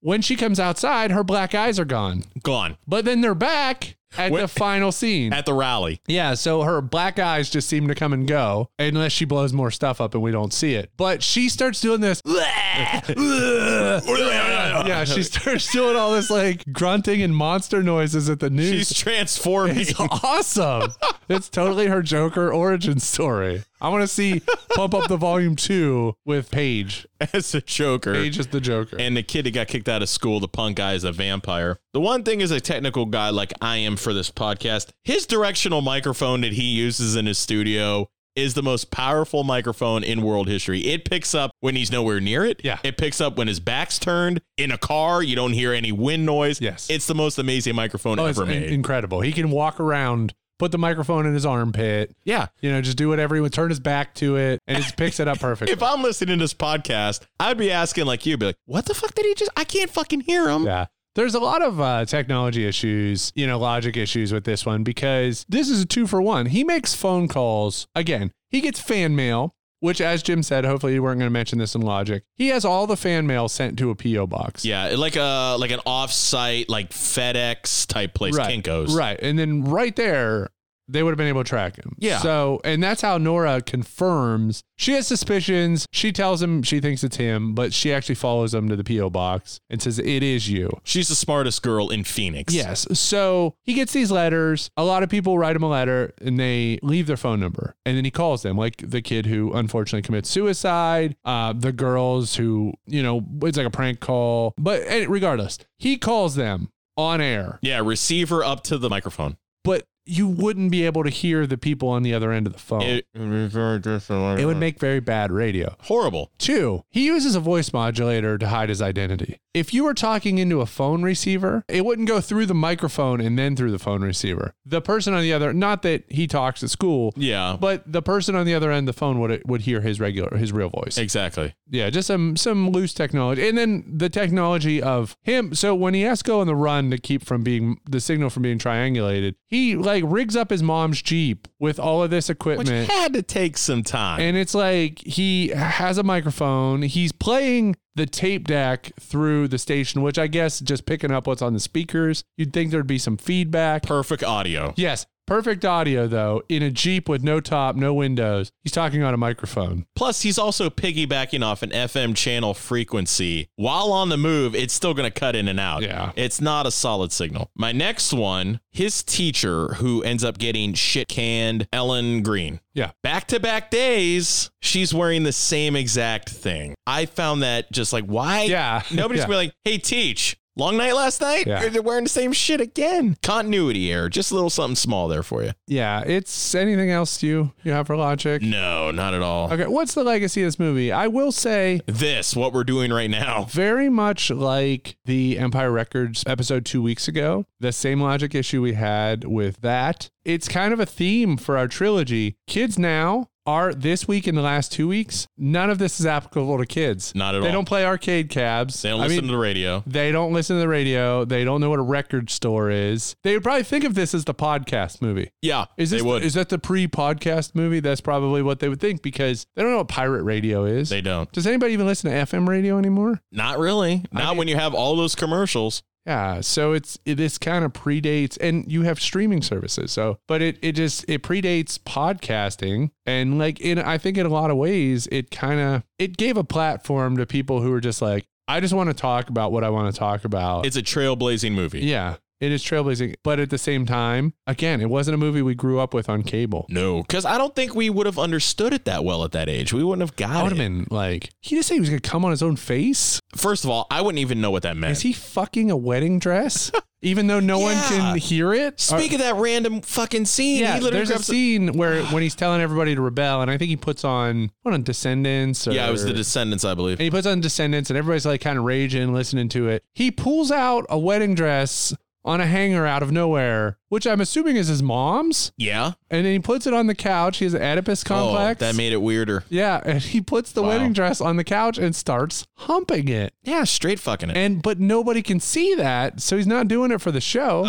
Speaker 4: when she comes outside, her black eyes are gone.
Speaker 1: Gone.
Speaker 4: But then they're back at the final scene.
Speaker 1: At the rally.
Speaker 4: Yeah, so her black eyes just seem to come and go unless she blows more stuff up and we don't see it. But she starts doing this. yeah, she starts doing all this like grunting and monster noises at the news.
Speaker 1: She's transforming.
Speaker 4: It's awesome. it's totally her Joker origin story. I want to see Pump Up the Volume 2 with Paige.
Speaker 1: as a Joker.
Speaker 4: Paige is the Joker.
Speaker 1: Er, And the kid that got kicked out of school, the punk guy, is a vampire. The one thing is a technical guy like I am for this podcast, his directional microphone that he uses in his studio is the most powerful microphone in world history. It picks up when he's nowhere near it. Yeah. It picks up when his back's turned in a car. You don't hear any wind noise. Yes. It's the most amazing microphone
Speaker 4: Oh, it's
Speaker 1: ever
Speaker 4: in-
Speaker 1: made.
Speaker 4: incredible. He can walk around, put the microphone in his armpit.
Speaker 1: Yeah.
Speaker 4: You know, just do whatever he would, turn his back to it, and it picks it up perfectly.
Speaker 1: if I'm listening to this podcast, I'd be asking like you, be like, what the fuck did he just? I can't fucking hear him.
Speaker 4: Yeah. There's a lot of uh, technology issues, you know, logic issues with this one because this is a two for one. He makes phone calls. Again, he gets fan mail, which, as Jim said, hopefully you weren't going to mention this in logic. He has all the fan mail sent to a P.O. box.
Speaker 1: Yeah, like a like an off-site like FedEx type place,
Speaker 4: right,
Speaker 1: Kinkos.
Speaker 4: Right. And then right there, they would have been able to track him.
Speaker 1: Yeah.
Speaker 4: So, and that's how Nora confirms she has suspicions. She tells him she thinks it's him, but she actually follows him to the P.O. box and says, It is you.
Speaker 1: She's the smartest girl in Phoenix.
Speaker 4: Yes. So he gets these letters. A lot of people write him a letter and they leave their phone number. And then he calls them, like the kid who unfortunately commits suicide, uh, the girls who, you know, it's like a prank call. But eh, regardless, he calls them on air,
Speaker 1: Yeah, receiver up to the microphone.
Speaker 4: but you wouldn't be able to hear the people on the other end of the phone. It, would make very bad radio.
Speaker 1: Horrible.
Speaker 4: Two, he uses a voice modulator to hide his identity. If you were talking into a phone receiver, it wouldn't go through the microphone and then through the phone receiver. The person on the other, not that he talks at school,
Speaker 1: Yeah.
Speaker 4: but the person on the other end of the phone would would hear his regular his real voice.
Speaker 1: Exactly.
Speaker 4: Yeah, just some some loose technology, and then the technology of him. So when he has to go on the run to keep from being the signal from being triangulated, he like rigs up his mom's jeep with all of this
Speaker 1: Which
Speaker 4: equipment.
Speaker 1: had to take some time.
Speaker 4: And it's like he has a microphone. He's playing the tape deck through the station, which I guess just picking up what's on the speakers. You'd think there'd be some feedback.
Speaker 1: Perfect audio.
Speaker 4: Yes. Perfect audio, though, in a Jeep with no top, no windows. He's talking on a microphone.
Speaker 1: Plus, he's also piggybacking off an FM channel frequency. While on the move, it's still going to cut in and out. Yeah. It's not a solid signal. My next one, his teacher, who ends up getting shit canned, Ellen Green.
Speaker 4: Yeah.
Speaker 1: Back to back days, she's wearing the same exact thing. I found that just like, why?
Speaker 4: Yeah.
Speaker 1: Nobody's
Speaker 4: Yeah.
Speaker 1: gonna be like, hey, teach. Long night last night?
Speaker 4: Yeah.
Speaker 1: They're wearing the same shit again. Continuity error. Just a little something small there for you.
Speaker 4: Yeah, it's anything else you you have for logic?
Speaker 1: No, not at all.
Speaker 4: Okay, what's the legacy of this movie? I will say
Speaker 1: This, what we're doing right now.
Speaker 4: Very much like the Empire Records episode two weeks ago, the same logic issue we had with that. It's kind of a theme for our trilogy. Kids now our this week and the last two weeks, none of this is applicable to kids.
Speaker 1: Not at
Speaker 4: They
Speaker 1: all.
Speaker 4: don't play arcade cabs.
Speaker 1: They don't
Speaker 4: I
Speaker 1: listen
Speaker 4: mean,
Speaker 1: to the radio.
Speaker 4: They don't listen to the radio. They don't know what a record store is. They would probably think of this as the podcast movie.
Speaker 1: Yeah,
Speaker 4: Is this
Speaker 1: they would.
Speaker 4: is that the pre-podcast movie? That's probably what they would think because they don't know what pirate radio is. They
Speaker 1: don't.
Speaker 4: Does anybody even listen to FM radio anymore?
Speaker 1: Not really. Not when you have all those commercials.
Speaker 4: Yeah, so it's it, this kind of predates, and you have streaming services. So, but it it just it predates podcasting, and like in I think in a lot of ways, it kind of it gave a platform to people who were just like, I just want to talk about what I want to talk about.
Speaker 1: It's a trailblazing movie.
Speaker 4: yeah, it is trailblazing, but at the same time, again, it wasn't a movie we grew up with on cable.
Speaker 1: No, because I don't think we would have understood it that well at that age. We wouldn't have got
Speaker 4: I would have
Speaker 1: it.
Speaker 4: been like, he just said he was gonna come on his own face.
Speaker 1: First of all, I wouldn't even know what that meant.
Speaker 4: Is he fucking a wedding dress? Even though no one
Speaker 1: Yeah.
Speaker 4: can hear it.
Speaker 1: Speak of that random fucking scene.
Speaker 4: Yeah,
Speaker 1: he literally
Speaker 4: there's a
Speaker 1: grabs
Speaker 4: scene where when he's telling everybody to rebel, and I think he puts on what on Descendants. Or,
Speaker 1: Yeah, it was the Descendants, I believe.
Speaker 4: and he puts on Descendants, and everybody's like kind of raging, listening to it. He pulls out a wedding dress on a hanger out of nowhere, which I'm assuming is his mom's.
Speaker 1: Yeah.
Speaker 4: And then he puts it on the couch. He has an Oedipus complex.
Speaker 1: Oh, that made it weirder.
Speaker 4: yeah, and he puts the
Speaker 1: Wow.
Speaker 4: wedding dress on the couch and starts humping it.
Speaker 1: Yeah, straight fucking it.
Speaker 4: And but nobody can see that, so he's not doing it for the show.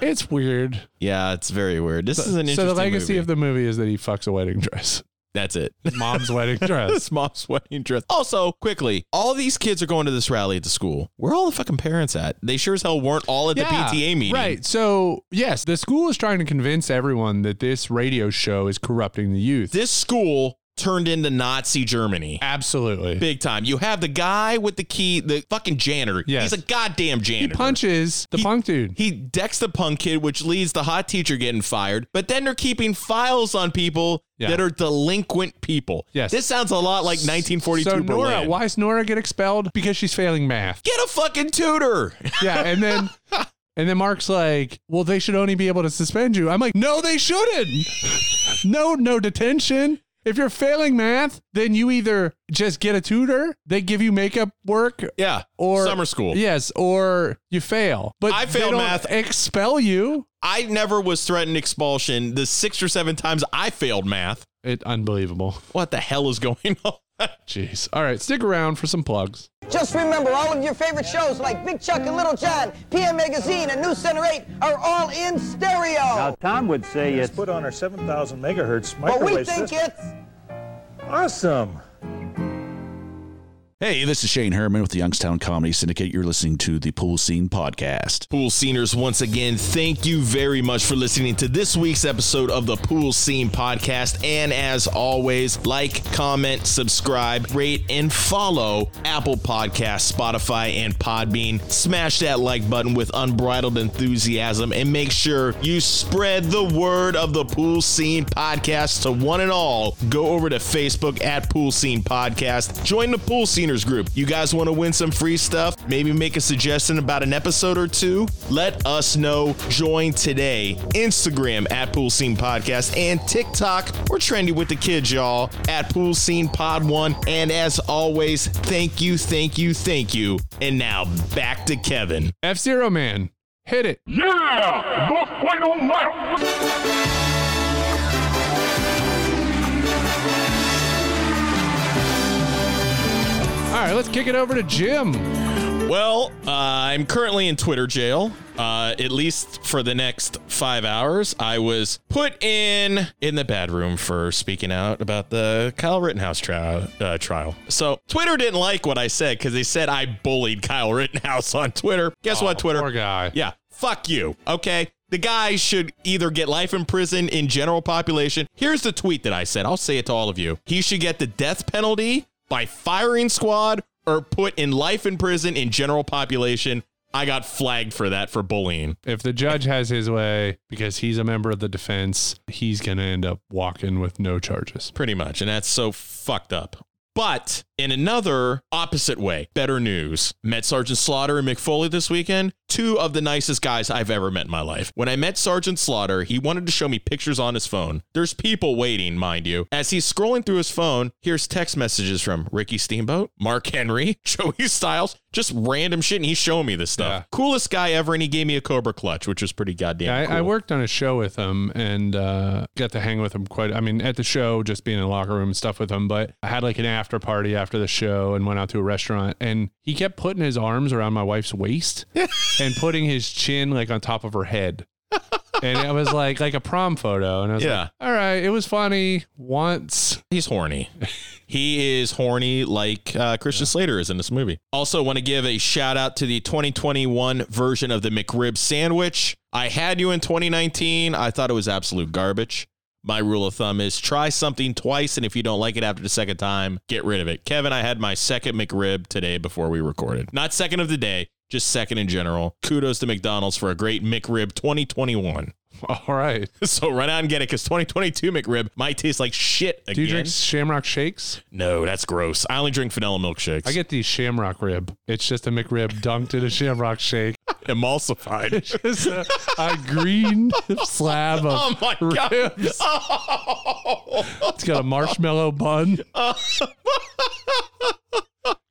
Speaker 4: It's weird.
Speaker 1: yeah, it's very weird. This
Speaker 4: So-
Speaker 1: is an interesting
Speaker 4: so the legacy
Speaker 1: movie.
Speaker 4: of the movie is that he fucks a wedding dress.
Speaker 1: That's it.
Speaker 4: Mom's wedding dress.
Speaker 1: It's mom's wedding dress. Also, quickly, all these kids are going to this rally at the school. Where are all the fucking parents at? They sure as hell weren't all at
Speaker 4: Yeah,
Speaker 1: the PTA meeting.
Speaker 4: Right. So, yes, the school is trying to convince everyone that this radio show is corrupting the youth.
Speaker 1: This school turned into Nazi Germany.
Speaker 4: Absolutely.
Speaker 1: Big time. You have the guy with the key, the fucking janitor.
Speaker 4: Yes.
Speaker 1: He's a goddamn
Speaker 4: He
Speaker 1: janitor.
Speaker 4: punches the punk dude.
Speaker 1: He decks the punk kid, which leads the hot teacher getting fired. But then they're keeping files on people
Speaker 4: Yeah.
Speaker 1: that are delinquent people.
Speaker 4: Yes.
Speaker 1: This sounds a lot like 1942
Speaker 4: So, Nora,
Speaker 1: Berlin.
Speaker 4: why does Nora get expelled? Because she's failing math.
Speaker 1: Get a fucking tutor.
Speaker 4: Yeah. And then. And then Mark's like, well, they should only be able to suspend you. I'm like, no, they shouldn't. no, no detention. If you're failing math, then you either just get a tutor, they give you makeup work,
Speaker 1: yeah.
Speaker 4: or
Speaker 1: summer school.
Speaker 4: Yes, or you fail. But
Speaker 1: I
Speaker 4: they
Speaker 1: failed
Speaker 4: don't
Speaker 1: math.
Speaker 4: Expel you.
Speaker 1: I never was threatened expulsion. The six or seven times I failed math.
Speaker 4: It unbelievable.
Speaker 1: What the hell is going on?
Speaker 4: Jeez. All right, stick around for some plugs.
Speaker 12: Just remember, all of your favorite shows like Big Chuck and Little John, PM Magazine, and News Center 8 are all in stereo.
Speaker 14: Tom would say it's put on our 7,000 megahertz
Speaker 12: but
Speaker 14: microwave
Speaker 12: we think
Speaker 14: system.
Speaker 12: it's
Speaker 14: awesome.
Speaker 23: Hey, this is Shane Herman with the Youngstown Comedy Syndicate. You're listening to the Pool Scene Podcast.
Speaker 1: Pool Sceners, once again, thank you very much for listening to this week's episode of the Pool Scene Podcast. And as always, like, comment, subscribe, rate, and follow Apple Podcasts, Spotify, and Podbean. Smash that like button with unbridled enthusiasm and make sure you spread the word of the Pool Scene Podcast to one and all. Go over to Facebook at Pool Scene Podcast. Join the Pool Sceners group. You guys want to win some free stuff? Maybe make a suggestion about an episode or two? Let us know. Join today. Instagram at Pool Scene Podcast and TikTok. We're trendy with the kids, y'all, at Pool Scene Pod One. And as always, thank you, thank you, thank you. And now back to Kevin.
Speaker 4: F Zero Man, hit it.
Speaker 15: Yeah, the final lap.
Speaker 4: All right, let's kick it over to Jim.
Speaker 1: Well, uh, I'm currently in Twitter jail, uh, at least for the next five hours. I was put in in the bedroom for speaking out about the Kyle Rittenhouse trial. Uh, trial. So Twitter didn't like what I said because they said I bullied Kyle Rittenhouse on Twitter. Guess what, Twitter?
Speaker 4: Oh, Poor guy.
Speaker 1: Yeah, fuck you. Okay. The guy should either get life in prison in general population. Here's the tweet that I said. I'll say it to all of you. He should get the death penalty by firing squad or put in life in prison in general population. I got flagged for that for bullying.
Speaker 4: If the judge has his way, because he's a member of the defense, he's going to end up walking with no charges.
Speaker 1: Pretty much. And that's so fucked up. But in another opposite way, better news. Met Sergeant Slaughter and McFoley this weekend, two of the nicest guys I've ever met in my life. When I met Sergeant Slaughter, he wanted to show me pictures on his phone. There's people waiting, mind you. As he's scrolling through his phone, here's text messages from Ricky Steamboat, Mark Henry, Joey Styles, Just random shit, and he's showing me this stuff. Coolest guy ever, and he gave me a Cobra clutch, which was pretty goddamn
Speaker 4: Yeah, I,
Speaker 1: cool.
Speaker 4: I worked on a show with him and uh, got to hang with him quite. I mean, at the show, just being in the locker room and stuff with him. But I had like an after party after the show and went out to a restaurant. And he kept putting his arms around my wife's waist and putting his chin like on top of her head. And it was like like a prom photo. And I was
Speaker 1: Yeah.
Speaker 4: like, all right, it was funny once.
Speaker 1: He's horny. He is horny like uh, Christian Slater is in this movie. Also, want to give a shout out to the 2021 version of the McRib sandwich. I had you in 2019. I thought it was absolute garbage. My rule of thumb is try something twice, and if you don't like it after the second time, get rid of it. Kevin, I had my second McRib today before we recorded. Not second of the day, just second in general. Kudos to McDonald's for a great McRib 2021.
Speaker 4: All right.
Speaker 1: So run out and get it because 2022 McRib might taste like shit again.
Speaker 4: Do you drink shamrock shakes?
Speaker 1: No, that's gross. I only drink vanilla milkshakes.
Speaker 4: I get these shamrock rib. It's just a McRib dunked in a shamrock shake.
Speaker 1: emulsified.
Speaker 4: It's just a, a green slab of
Speaker 1: Oh my god! Oh.
Speaker 4: ribs. It's got a marshmallow bun.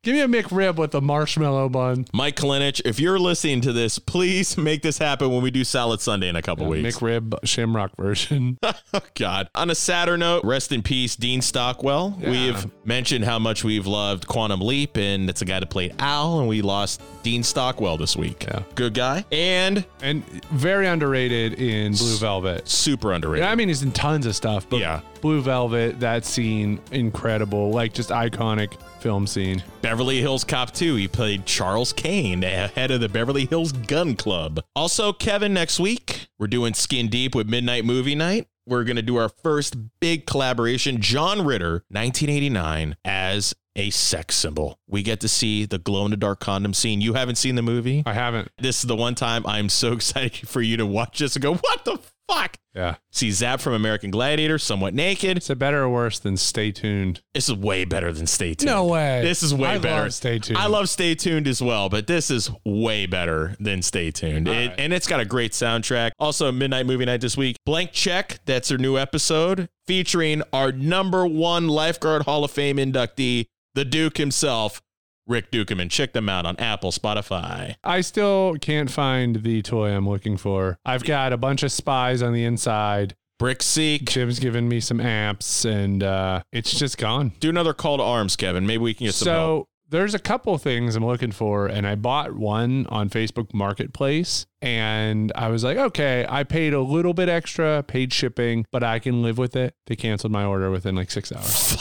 Speaker 4: Give me a McRib with a marshmallow bun.
Speaker 1: Mike Kalinich, if you're listening to this, please make this happen when we do Salad Sunday in a couple weeks.
Speaker 4: McRib shamrock version.
Speaker 1: Oh God. On a sadder note, rest in peace, Dean Stockwell.
Speaker 4: Yeah.
Speaker 1: We've mentioned how much we've loved Quantum Leap, and it's a guy that played Al, and we lost Dean Stockwell this week. Yeah. Good guy. And
Speaker 4: and very underrated in Blue Velvet.
Speaker 1: Super underrated.
Speaker 4: Yeah, I mean, he's in tons of stuff, but
Speaker 1: Yeah.
Speaker 4: Blue Velvet, that scene, incredible. Like, just iconic film scene.
Speaker 1: Beverly Hills Cop 2. He played Charles Kane, eh, head of the Beverly Hills Gun Club. Also, Kevin, next week, we're doing Skin Deep with Midnight Movie Night. We're going to do our first big collaboration, John Ritter, 1989, as a sex symbol. We get to see the glow in the dark condom scene. You haven't seen the movie?
Speaker 4: I haven't.
Speaker 1: This is the one time I'm so excited for you to watch this and go, what the fuck?
Speaker 4: Yeah.
Speaker 1: See Zap from American Gladiator, somewhat naked.
Speaker 4: Is it better or worse than Stay Tuned?
Speaker 1: This is way better than Stay Tuned.
Speaker 4: No way.
Speaker 1: This is way
Speaker 4: I
Speaker 1: better.
Speaker 4: love Stay Tuned.
Speaker 1: I love Stay Tuned as well, but this is way better than Stay Tuned. It- And it's got a great soundtrack. Also, Midnight Movie Night this week. Blank Check, that's their new episode, featuring our number one Lifeguard Hall of Fame inductee, the Duke himself, Rick Dukeman. Check them out on Apple, Spotify.
Speaker 4: I still can't find the toy I'm looking for. I've got a bunch of spies on the inside.
Speaker 1: Brick Seek.
Speaker 4: Jim's given me some apps, and uh, it's just gone.
Speaker 1: Do another call to arms, Kevin. Maybe we can get some
Speaker 4: so
Speaker 1: help.
Speaker 4: there's a couple things I'm looking for, and I bought one on Facebook Marketplace, and I was like, okay, I paid a little bit extra, paid shipping, but I can live with it. They canceled my order within like six hours.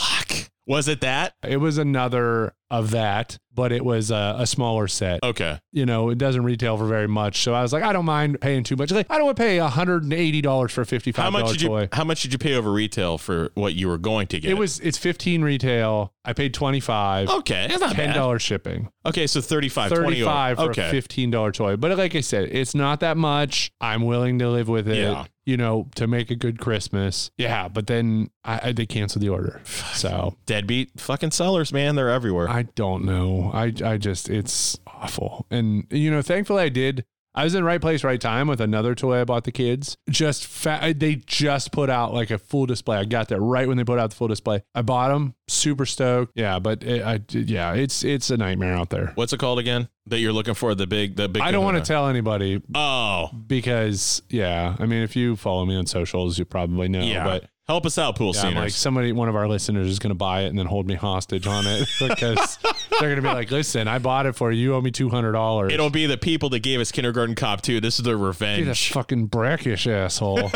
Speaker 1: Was it that?
Speaker 4: It was another of that, but it was a, a smaller set.
Speaker 1: Okay.
Speaker 4: You know, it doesn't retail for very much, so I was like, I don't mind paying too much. Like, I don't want to pay 180 dollars for a 55
Speaker 1: How much
Speaker 4: dollar
Speaker 1: did you
Speaker 4: toy.
Speaker 1: how much did you pay over retail for what you were going to get?
Speaker 4: It was it's 15 retail. I paid 25.
Speaker 1: Okay, that's not bad.
Speaker 4: ten dollars shipping.
Speaker 1: Okay, so 35, 20
Speaker 4: 35 for
Speaker 1: okay.
Speaker 4: a $15 toy. But like I said, it's not that much. I'm willing to live with it,
Speaker 1: Yeah.
Speaker 4: you know, to make a good Christmas. Yeah, but then I, I they canceled the order. So
Speaker 1: deadbeat fucking sellers, man. They're everywhere.
Speaker 4: I don't know. I I just it's awful. And you know, thankfully I did I was in the right place, right time with another toy I bought the kids. Just fa- they just put out like a full display. I got that right when they put out the full display. I bought them, super stoked. Yeah, but it, I yeah, it's it's a nightmare out there.
Speaker 1: What's it called again? That you're looking for the big the big.
Speaker 4: I don't want to
Speaker 1: kahuna.
Speaker 4: tell anybody
Speaker 1: Oh
Speaker 4: because yeah, I mean, if you follow me on socials, you probably know.
Speaker 1: yeah,
Speaker 4: but
Speaker 1: help us out, pool
Speaker 4: yeah, I'm
Speaker 1: sceners.
Speaker 4: like somebody, one of our listeners is going to buy it and then hold me hostage on it because they're going to be like, "Listen, I bought it for you. You owe me two hundred dollars."
Speaker 1: It'll be the people that gave us Kindergarten Cop too. This is their
Speaker 4: You're that
Speaker 1: revenge.
Speaker 4: fucking brackish asshole.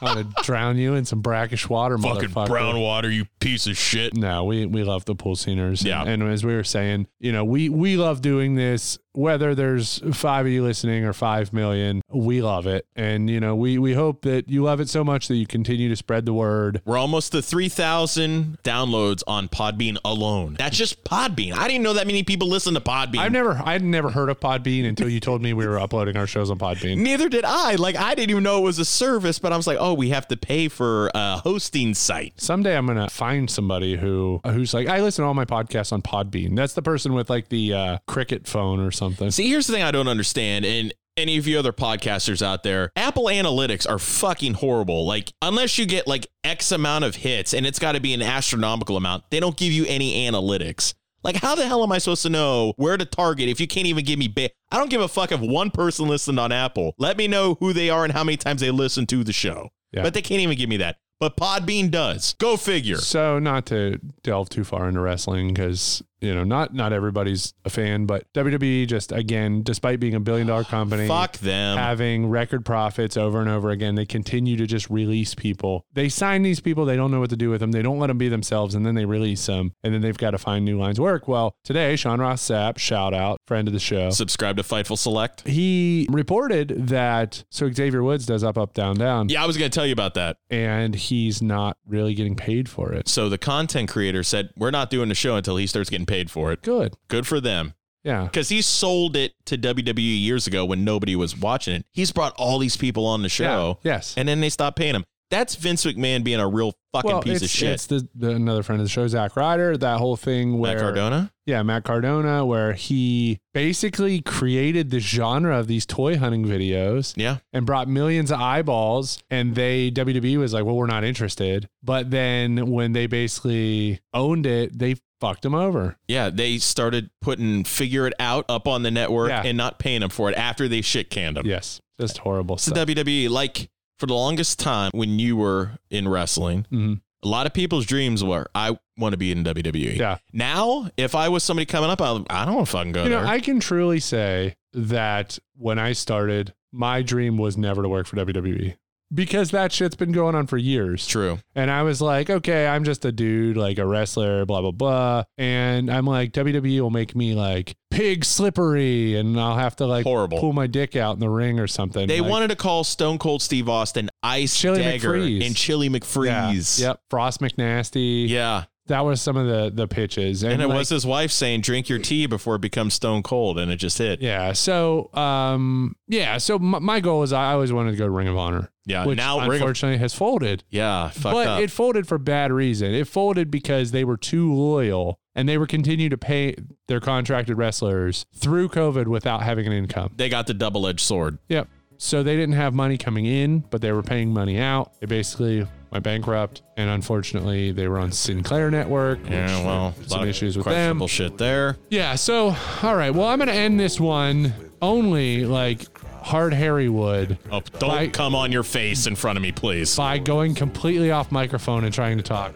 Speaker 4: I'm gonna drown you in some brackish water,
Speaker 1: Fucking
Speaker 4: motherfucker.
Speaker 1: brown water, you piece of shit.
Speaker 4: No, we we love the pool sceners.
Speaker 1: Yeah.
Speaker 4: And, and as we were saying, you know, we we love doing this. Whether there's five of you listening or five million, we love it. And you know, we we hope that you love it so much that you continue to spread the word.
Speaker 1: We're almost to 3,000 downloads on Podbean alone. That's just Podbean. I didn't know that many people listen to Podbean.
Speaker 4: I've never I'd never heard of Podbean until you told me we were uploading our shows on Podbean.
Speaker 1: Neither did I. Like, I didn't even know it was a service, but I was like, oh, we have to pay for a hosting site.
Speaker 4: Someday I'm gonna find somebody who who's like, I listen to all my podcasts on Podbean. That's the person with like the uh, cricket phone or something.
Speaker 1: See, here's the thing I don't understand, and any of you other podcasters out there, Apple analytics are fucking horrible. Like, unless you get like X amount of hits, and it's got to be an astronomical amount, they don't give you any analytics. Like, how the hell am I supposed to know where to target if you can't even give me ba- I don't give a fuck if one person listened on Apple. Let me know who they are and how many times they listen to the show.
Speaker 4: Yeah.
Speaker 1: But they can't even give me that. But Podbean does. Go figure.
Speaker 4: So not to delve too far into wrestling because you know not not everybody's a fan, but WWE just again, despite being a billion dollar company,
Speaker 1: Fuck them.
Speaker 4: having record profits over and over again, they continue to just release people. They sign these people, they don't know what to do with them, they don't let them be themselves, and then they release them, and then they've got to find new lines of work. Well, today Sean Ross Sapp, shout out, friend of the show,
Speaker 1: Subscribe to Fightful Select.
Speaker 4: he reported that so Xavier Woods does up up down down,
Speaker 1: Yeah, I was going to tell you about that.
Speaker 4: and he's not really getting paid for it.
Speaker 1: So the content creator said, We're not doing the show until he starts getting paid for it.
Speaker 4: Good.
Speaker 1: Good for them.
Speaker 4: Yeah.
Speaker 1: Because he sold it to WWE years ago when nobody was watching it. He's brought all these people on the show.
Speaker 4: Yeah, yes.
Speaker 1: And then they stopped paying him. That's Vince McMahon being a real fucking piece
Speaker 4: it's,
Speaker 1: of shit.
Speaker 4: It's the, the another friend of the show, Zach Ryder. That whole thing where
Speaker 1: Matt Cardona?
Speaker 4: yeah, Matt Cardona, where he basically created the genre of these toy hunting videos,
Speaker 1: Yeah.
Speaker 4: and brought millions of eyeballs. And they WWE was like, well, we're not interested. But then when they basically owned it, they fucked him over.
Speaker 1: Yeah, they started putting Figure It Out up on the network
Speaker 4: Yeah.
Speaker 1: and not paying them for it after they shit canned them.
Speaker 4: Yes, just horrible
Speaker 1: It's the
Speaker 4: stuff.
Speaker 1: WWE. E, Like, for the longest time when you were in wrestling,
Speaker 4: Mhm.
Speaker 1: a lot of people's dreams were, I want to be in E." WWE.
Speaker 4: Yeah.
Speaker 1: Now, if I was somebody coming up, I'll, I don't want to fucking go
Speaker 4: You know,
Speaker 1: there.
Speaker 4: I can truly say that when I started, my dream was never to work for WWE because that shit's been going on for years.
Speaker 1: True.
Speaker 4: And I was like, okay, I'm just a dude, like a wrestler, blah, blah, blah. And I'm like, WWE will make me like pig slippery and I'll have to like
Speaker 1: Horrible.
Speaker 4: pull my dick out in the ring or something.
Speaker 1: They
Speaker 4: Like,
Speaker 1: wanted to call Stone Cold Steve Austin Ice
Speaker 4: Chili
Speaker 1: Dagger
Speaker 4: McFreeze.
Speaker 1: and Chili McFreeze.
Speaker 4: Yep. Frost McNasty.
Speaker 1: Yeah.
Speaker 4: That was some of the the pitches.
Speaker 1: And, it
Speaker 4: like,
Speaker 1: was his wife saying, drink your tea before it becomes Stone Cold. And it just hit.
Speaker 4: Yeah. So, um, yeah. So my, my goal is I always wanted to go to Ring of Honor.
Speaker 1: Yeah,
Speaker 4: Which
Speaker 1: Uh, now Ring of-
Speaker 4: unfortunately has folded.
Speaker 1: Yeah. Fucked
Speaker 4: but
Speaker 1: up.
Speaker 4: it folded for bad reason. It folded because they were too loyal and they were continuing to pay their contracted wrestlers through COVID without having an income.
Speaker 1: they got the double edged sword.
Speaker 4: Yep. So they didn't have money coming in, but they were paying money out. They basically went bankrupt, and unfortunately, they were on Sinclair Network.
Speaker 1: Yeah.
Speaker 4: which-
Speaker 1: Well, a lot
Speaker 4: some
Speaker 1: of
Speaker 4: issues with them.
Speaker 1: uh, questionable shit there.
Speaker 4: Yeah, so all right. Well, I'm gonna end this one only like hard Harry would
Speaker 1: Oh, don't
Speaker 4: By-
Speaker 1: come on your face in front of me, please.
Speaker 4: by going completely off microphone and trying to talk.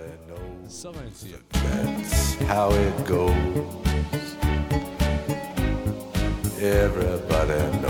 Speaker 13: That's how it goes. Everybody knows.